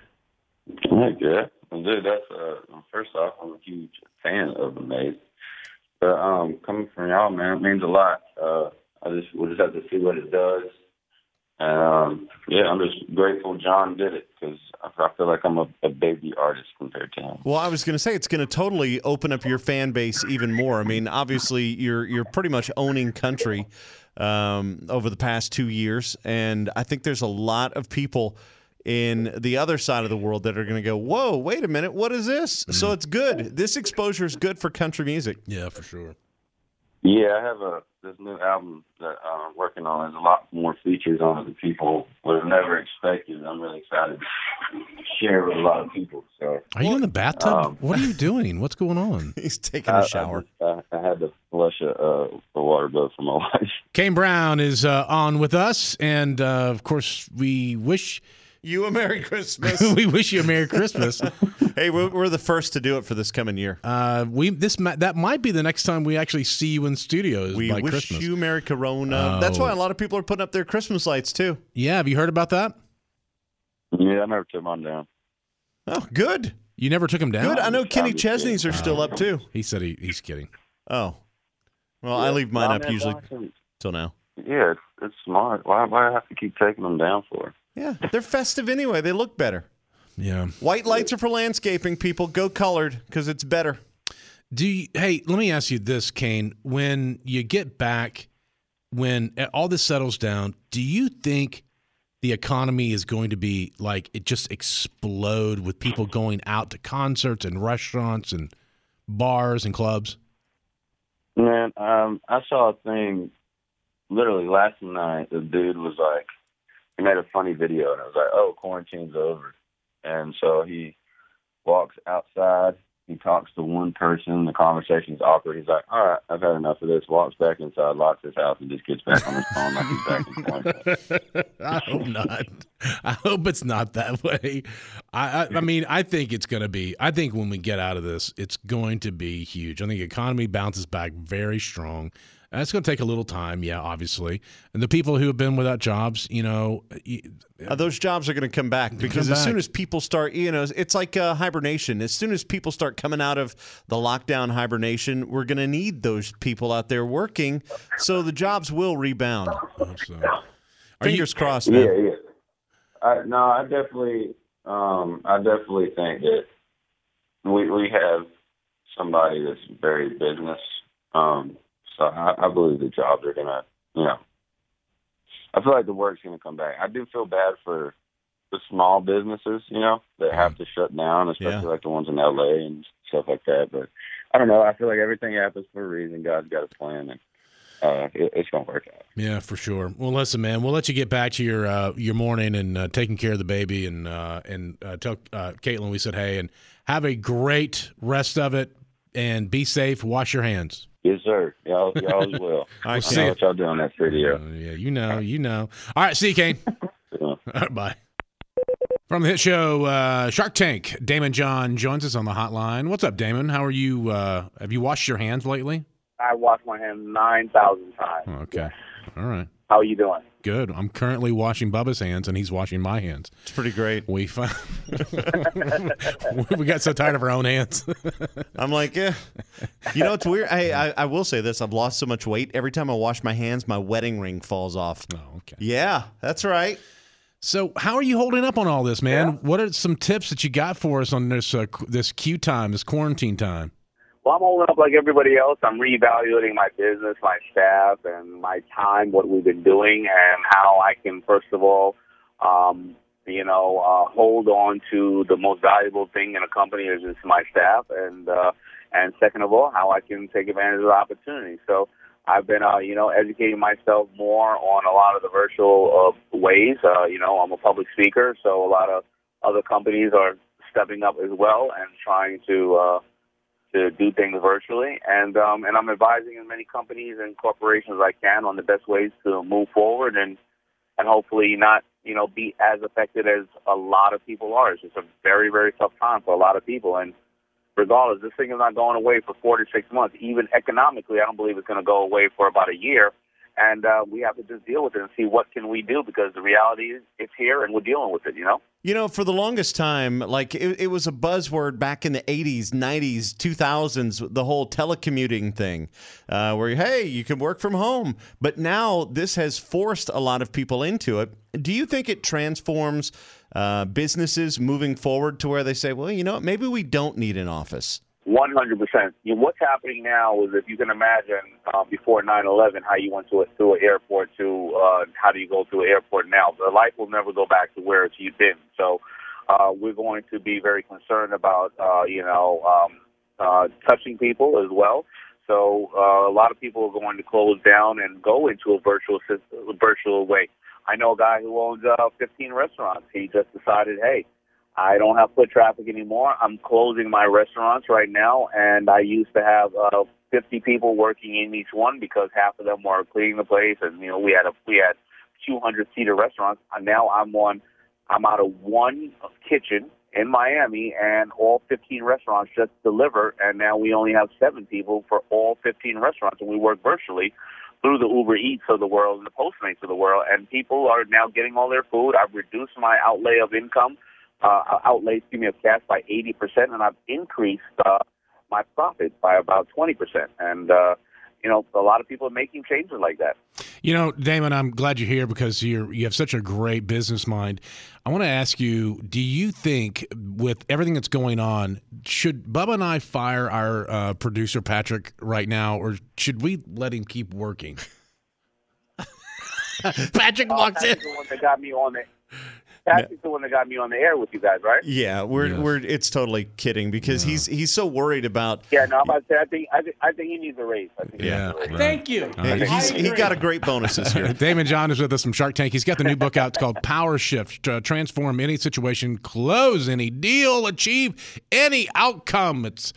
Heck yeah. Well, Dude, that's uh first off, I'm a huge fan of the Maze. But um coming from y'all, man, it means a lot. Uh I just we'll just have to see what it does. And um yeah, I'm just grateful John did it because I, I feel like I'm a, a baby artist compared to him.
Well, I was going to say it's going to totally open up your fan base even more. I mean, obviously you're you're pretty much owning country um, over the past two years, and I think there's a lot of people in the other side of the world that are going to go, "Whoa, wait a minute, what is this?"
Mm.
So it's good. This exposure is good for country music.
Yeah, for sure.
Yeah, I have a this new album that uh, I'm working on. There's a lot more features on it that people would have never expected. I'm really excited to share with a lot of people. So
Are you in the bathtub?
um,
what are you doing? What's going on?
He's taking a shower.
I, I, I had to flush a, uh, a water bill for my wife.
Kane Brown is uh, on with us, and uh, of course, we wish
you a Merry Christmas.
we wish you a Merry Christmas.
hey, we're, we're the first to do it for this coming year.
Uh, we this mi- that might be the next time we actually see you in studio is
we
by
wish
Christmas.
you Merry Corona. That's
Oh.
why a lot of people are putting up their Christmas lights too.
yeah, have you heard about that?
Yeah, I never took mine down.
Oh, good,
You never took him down.
good. I know Kenny
Sounds good.
Chesney's are still up too.
He said he, he's kidding.
Oh, well, I leave mine
Nah,
up
man,
usually
Dawson,
till now.
Yeah, it's, it's smart. Why, why do I have to keep taking them down for?
Yeah, they're festive anyway. They look better.
Yeah.
White lights are for landscaping. People go colored because it's better.
Do you, hey, let me ask you this, Kane. When you get back, when all this settles down, do you think the economy is going to be like it just explode with people going out to concerts and restaurants and bars and clubs?
Man, um, I saw a thing literally last night. The dude was like, he made a funny video, and I was like, oh, quarantine's over. And so he walks outside. He talks to one person. The conversation's awkward. He's like, all right, I've had enough of this. Walks back inside, locks his house, and just gets back on his phone like he's back in quarantine.
I hope not. I hope it's not that way. I, I, I mean, I think it's going to be. I think when we get out of this, it's going to be huge. I think the economy bounces back very strong. And it's going to take a little time, yeah, obviously. And the people who have been without jobs, you know, y-
Uh, those jobs are going to come back because
come
as soon
back.
as people start, you know, it's like uh, hibernation. As soon as people start coming out of the lockdown hibernation, we're going to need those people out there working. So the jobs will rebound.
I hope so. oh, Are you-
Fingers crossed, man.
Yeah, yeah. I, no, I definitely, um, I definitely think that we we have somebody that's very business. Um, so I, I believe the jobs are gonna, you know, I feel like the work's gonna come back. I do feel bad for the small businesses, you know, that have to shut down, especially
Yeah.
like the ones in LA and stuff like that. But I don't know. I feel like everything happens for a reason. God's got a plan, and uh, it, it's gonna work out.
Yeah, for sure. Well, listen, man, we'll let you get back to your uh, your morning and uh, taking care of the baby, and uh, and uh, tell uh, Caitlin we said hey, and have a great rest of it, and be safe. Wash your hands.
Yes, sir. Y'all, y'all as well.
I
I
see.
know
it.
what y'all doing that video.
Uh, yeah, you know, you know. All right, see you, Kane. All right, bye. From the hit show uh, Shark Tank, Damon John joins us on the hotline. What's up, Damon? How are you? Uh, have you washed your hands lately?
I wash my hands 9,000 times.
Oh, okay. All right.
How are you doing?
Good. I'm currently washing Bubba's hands, and he's washing my hands.
It's pretty great.
We found we got so tired of our own hands.
I'm like, yeah. You know, it's weird. I, I, I will say this I've lost so much weight. Every time I wash my hands, my wedding ring falls off.
oh, okay.
Yeah, that's right.
So, how are you holding up on all this, man? What are some tips that you got for us on this uh, qu- this Q time, this quarantine time?
Well, I'm holding up like everybody else. I'm reevaluating my business, my staff, and my time, what we've been doing, and how I can, first of all, um, you know, uh, hold on to the most valuable thing in a company is is my staff, and uh, and second of all, how I can take advantage of the opportunity. So I've been, uh, you know, educating myself more on a lot of the virtual uh, ways. Uh, you know, I'm a public speaker, so a lot of other companies are
stepping up as well and trying to uh, to do things virtually. And um, and I'm advising as many companies and corporations as I can on the best ways to move forward and and hopefully not you know be as affected as a lot of people are. It's just a very very tough time for a lot of people. And regardless, this thing is not going away for four to six months. Even economically, I don't believe it's going to go away for about a year. And uh, we have to just deal with it and see what can we do because the reality is it's here and we're dealing with it. You know.
You know, for the longest time, like it, it was a buzzword back in the 80s, 90s, 2000s, the whole telecommuting thing, uh, where, hey, you can work from home. But now this has forced a lot of people into it. Do you think it transforms uh, businesses moving forward to where they say, well, you know what, maybe we don't need an office?
One hundred percent. What's happening now is, if you can imagine, uh, before nine eleven, how you went to a, through an airport to uh, how do you go through an airport now? The life will never go back to where it's been. So uh, we're going to be very concerned about uh, you know um, uh, touching people as well. So uh, a lot of people are going to close down and go into a virtual sys- virtual way. I know a guy who owns uh, 15 restaurants. He just decided, hey, I don't have foot traffic anymore. I'm closing my restaurants right now, and I used to have uh, 50 people working in each one because half of them were cleaning the place, and you know we had a we had 200 seater restaurants. And Now I'm on, I'm out of one kitchen in Miami, and all 15 restaurants just deliver, and now we only have seven people for all 15 restaurants, and we work virtually through the Uber Eats of the world and the Postmates of the world, and people are now getting all their food. I've reduced my outlay of income uh, outlay, excuse me, of cash by 80%, and I've increased uh, my profit by about 20%. And, uh, you know, a lot of people are making changes like that.
You know, Damon, I'm glad you're here because you're you have such a great business mind. I want to ask you: Do you think, with everything that's going on, should Bubba and I fire our uh, producer Patrick right now, or should we let him keep working? Patrick
walks Patrick's in. The one that got me on the, Patrick's the one that got me on the air with you guys, right?
Yeah, we're, we're it's totally kidding because he's he's so worried about
Yeah, no, I'm about to say, I think, I think, I think he needs a raise. I think
Yeah.
Thank you.
he's, he got a great bonuses here.
Damon John is with us from Shark Tank. He's got the new book out. It's called Power Shift uh, Transform Any Situation, Close Any Deal, Achieve Any Outcome. It's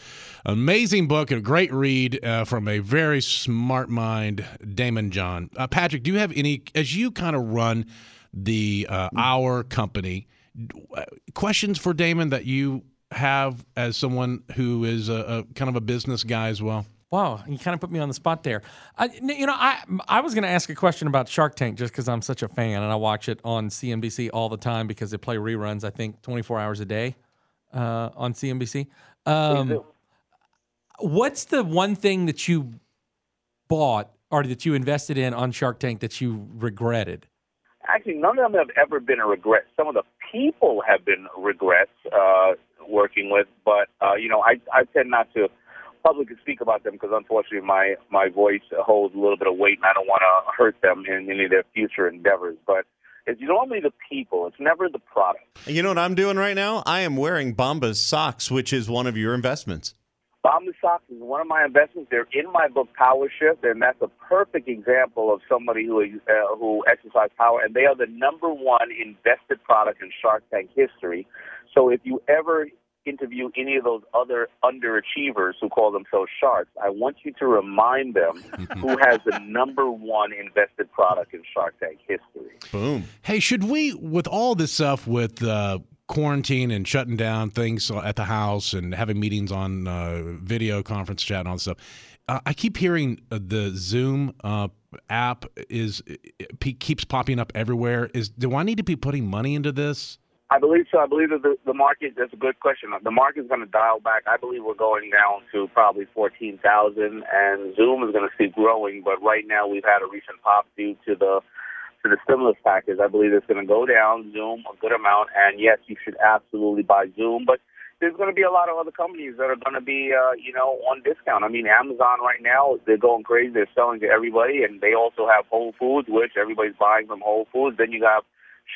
an amazing book and a great read uh, from a very smart mind, Damon John. Uh, Patrick, do you have any, as you kind of run the uh, Our Company, d- uh, questions for Damon that you have as someone who is a, a kind of a business guy as well?
Wow, you kind of put me on the spot there. I, n- you know, I I was going to ask a question about Shark Tank just because I'm such a fan and I watch it on CNBC all the time because they play reruns. I think 24 hours a day uh, on CNBC. Um, what's the one thing that you bought or that you invested in on Shark Tank that you regretted?
actually none of them have ever been a regret. Some of the people have been regrets uh, working with, but uh, you know, I I tend not to publicly speak about them because unfortunately my my voice holds a little bit of weight, and I don't want to hurt them in any of their future endeavors. But it's normally the people; it's never the product.
You know what I'm doing right now? I am wearing Bomba's socks, which is one of your investments.
Bomba stocks is one of my investments. They're in my book Power Shift, and that's a perfect example of somebody who uh, who exercised power. And they are the number one invested product in Shark Tank history. So if you ever interview any of those other underachievers who call themselves sharks, I want you to remind them who has the number one invested product in Shark Tank history.
Boom.
Hey, should we, with all this stuff with uh, quarantine and shutting down things at the house and having meetings on uh, video conference chat and all this stuff, uh, I keep hearing uh, the Zoom uh, app is it pe- keeps popping up everywhere. Is do I need to be putting money into this?
I believe so. I believe that the, the market, that's a good question. The market's going to dial back. I believe we're going down to probably 14,000, and Zoom is going to keep growing. But right now, we've had a recent pop due to the to the stimulus package. I believe it's going to go down, Zoom, a good amount. And yes, you should absolutely buy Zoom. But there's going to be a lot of other companies that are going to be, uh, you know, on discount. I mean, Amazon right now, they're going crazy. They're selling to everybody. And they also have Whole Foods, which everybody's buying from Whole Foods. Then you have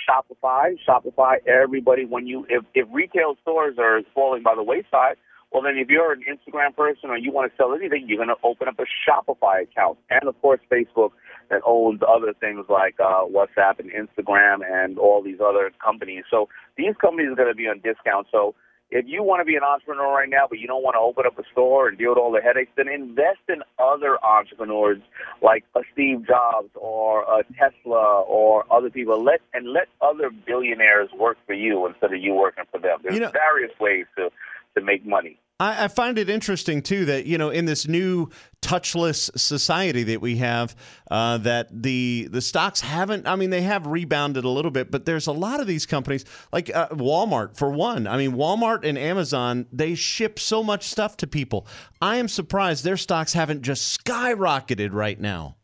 Shopify, Shopify, everybody. When you if, if retail stores are falling by the wayside, well then if you're an Instagram person or you want to sell anything, you're going to open up a Shopify account, and of course Facebook that owns other things like uh, WhatsApp and Instagram and all these other companies. So these companies are going to be on discount. So if you want to be an entrepreneur right now, but you don't want to open up a store and deal with all the headaches, then invest in other entrepreneurs like a Steve Jobs or a Tesla or other people. Let and let other billionaires work for you instead of you working for them. There's various ways to to make money.
I, I find it interesting too that you know in this new touchless society that we have, uh, that the the stocks haven't. I mean, they have rebounded a little bit, but there's a lot of these companies like uh, Walmart for one. I mean, Walmart and Amazon they ship so much stuff to people. I am surprised their stocks haven't just skyrocketed right now.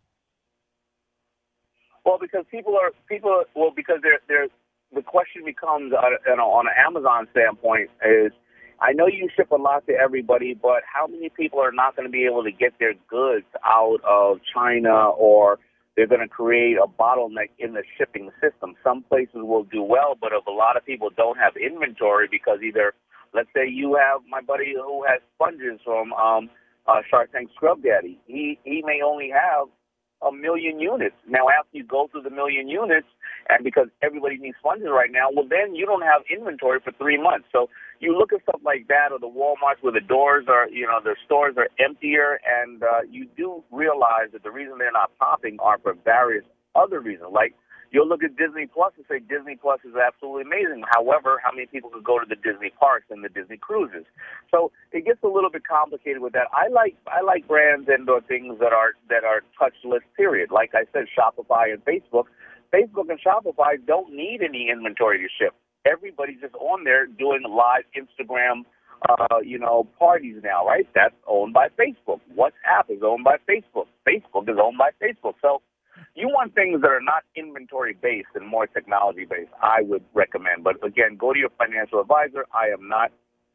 Well, because people are people. Are, well, because they're they're. The question becomes, uh, you know, on an Amazon standpoint, is I know you ship a lot to everybody, but how many people are not going to be able to get their goods out of China or they're going to create a bottleneck in the shipping system? Some places will do well, but if a lot of people don't have inventory because either, let's say you have my buddy who has sponges from um, uh, Shark Tank Scrub Daddy, he, he may only have a million units. Now, after you go through the million units, and because everybody needs sponges right now, well, then you don't have inventory for three months. So you look at stuff like that, or the WalMarts where the doors are, you know, their stores are emptier, and uh, you do realize that the reason they're not popping are for various other reasons. Like you'll look at Disney Plus and say Disney Plus is absolutely amazing. However, how many people could go to the Disney parks and the Disney cruises? So it gets a little bit complicated with that. I like I like brands and or things that are that are touchless. Period. Like I said, Shopify and Facebook. Facebook and Shopify don't need any inventory to ship. Everybody's just on there doing live Instagram, uh, you know, parties now, right? That's owned by Facebook. WhatsApp is owned by Facebook. Facebook is owned by Facebook. So you want things that are not inventory based and more technology based, I would recommend. But again, go to your financial advisor. I am not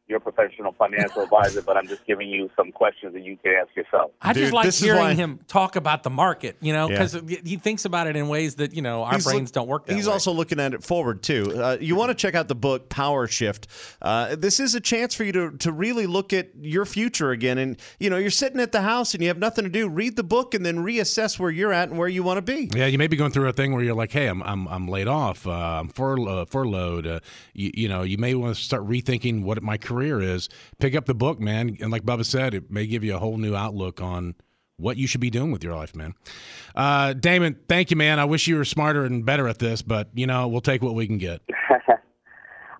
your professional financial advisor, but I'm just giving you some questions that you can ask yourself.
I just like hearing him talk about the market, you know, because he thinks about it in ways that you know our
He's
brains
look-
don't work that
He's
way.
also looking at it forward too. Uh, you want to check out the book Power Shift. Uh, this is a chance for you to to really look at your future again. And you know, you're sitting at the house and you have nothing to do. Read the book and then reassess where you're at and where you want to be.
Yeah, you may be going through a thing where you're like, "Hey, I'm I'm, I'm laid off. Uh, I'm furlough, furloughed." Uh, you, you know, you may want to start rethinking what my career is. Pick up the book, man, and like Bubba said, it may give you a whole new outlook on what you should be doing with your life, man. Uh, Damon, thank you, man. I wish you were smarter and better at this, but you know, we'll take what we can get.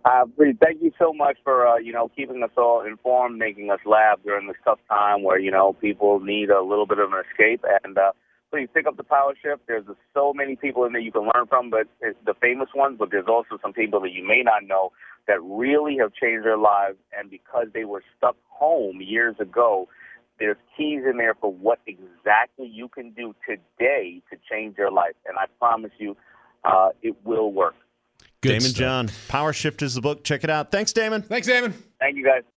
Uh, Bree, thank you so much for uh, you know keeping us all informed, making us laugh during this tough time where you know people need a little bit of an escape. And uh, please pick up the Power Shift. There's so many people in there you can learn from, but it's the famous ones. But there's also some people that you may not know that really have changed their lives, and because they were stuck home years ago, there's keys in there for what exactly you can do today to change your life. And I promise you, uh, it will work.
Damon John, Power Shift is the book. Check it out. Thanks, Damon.
Thanks, Damon.
Thank you guys.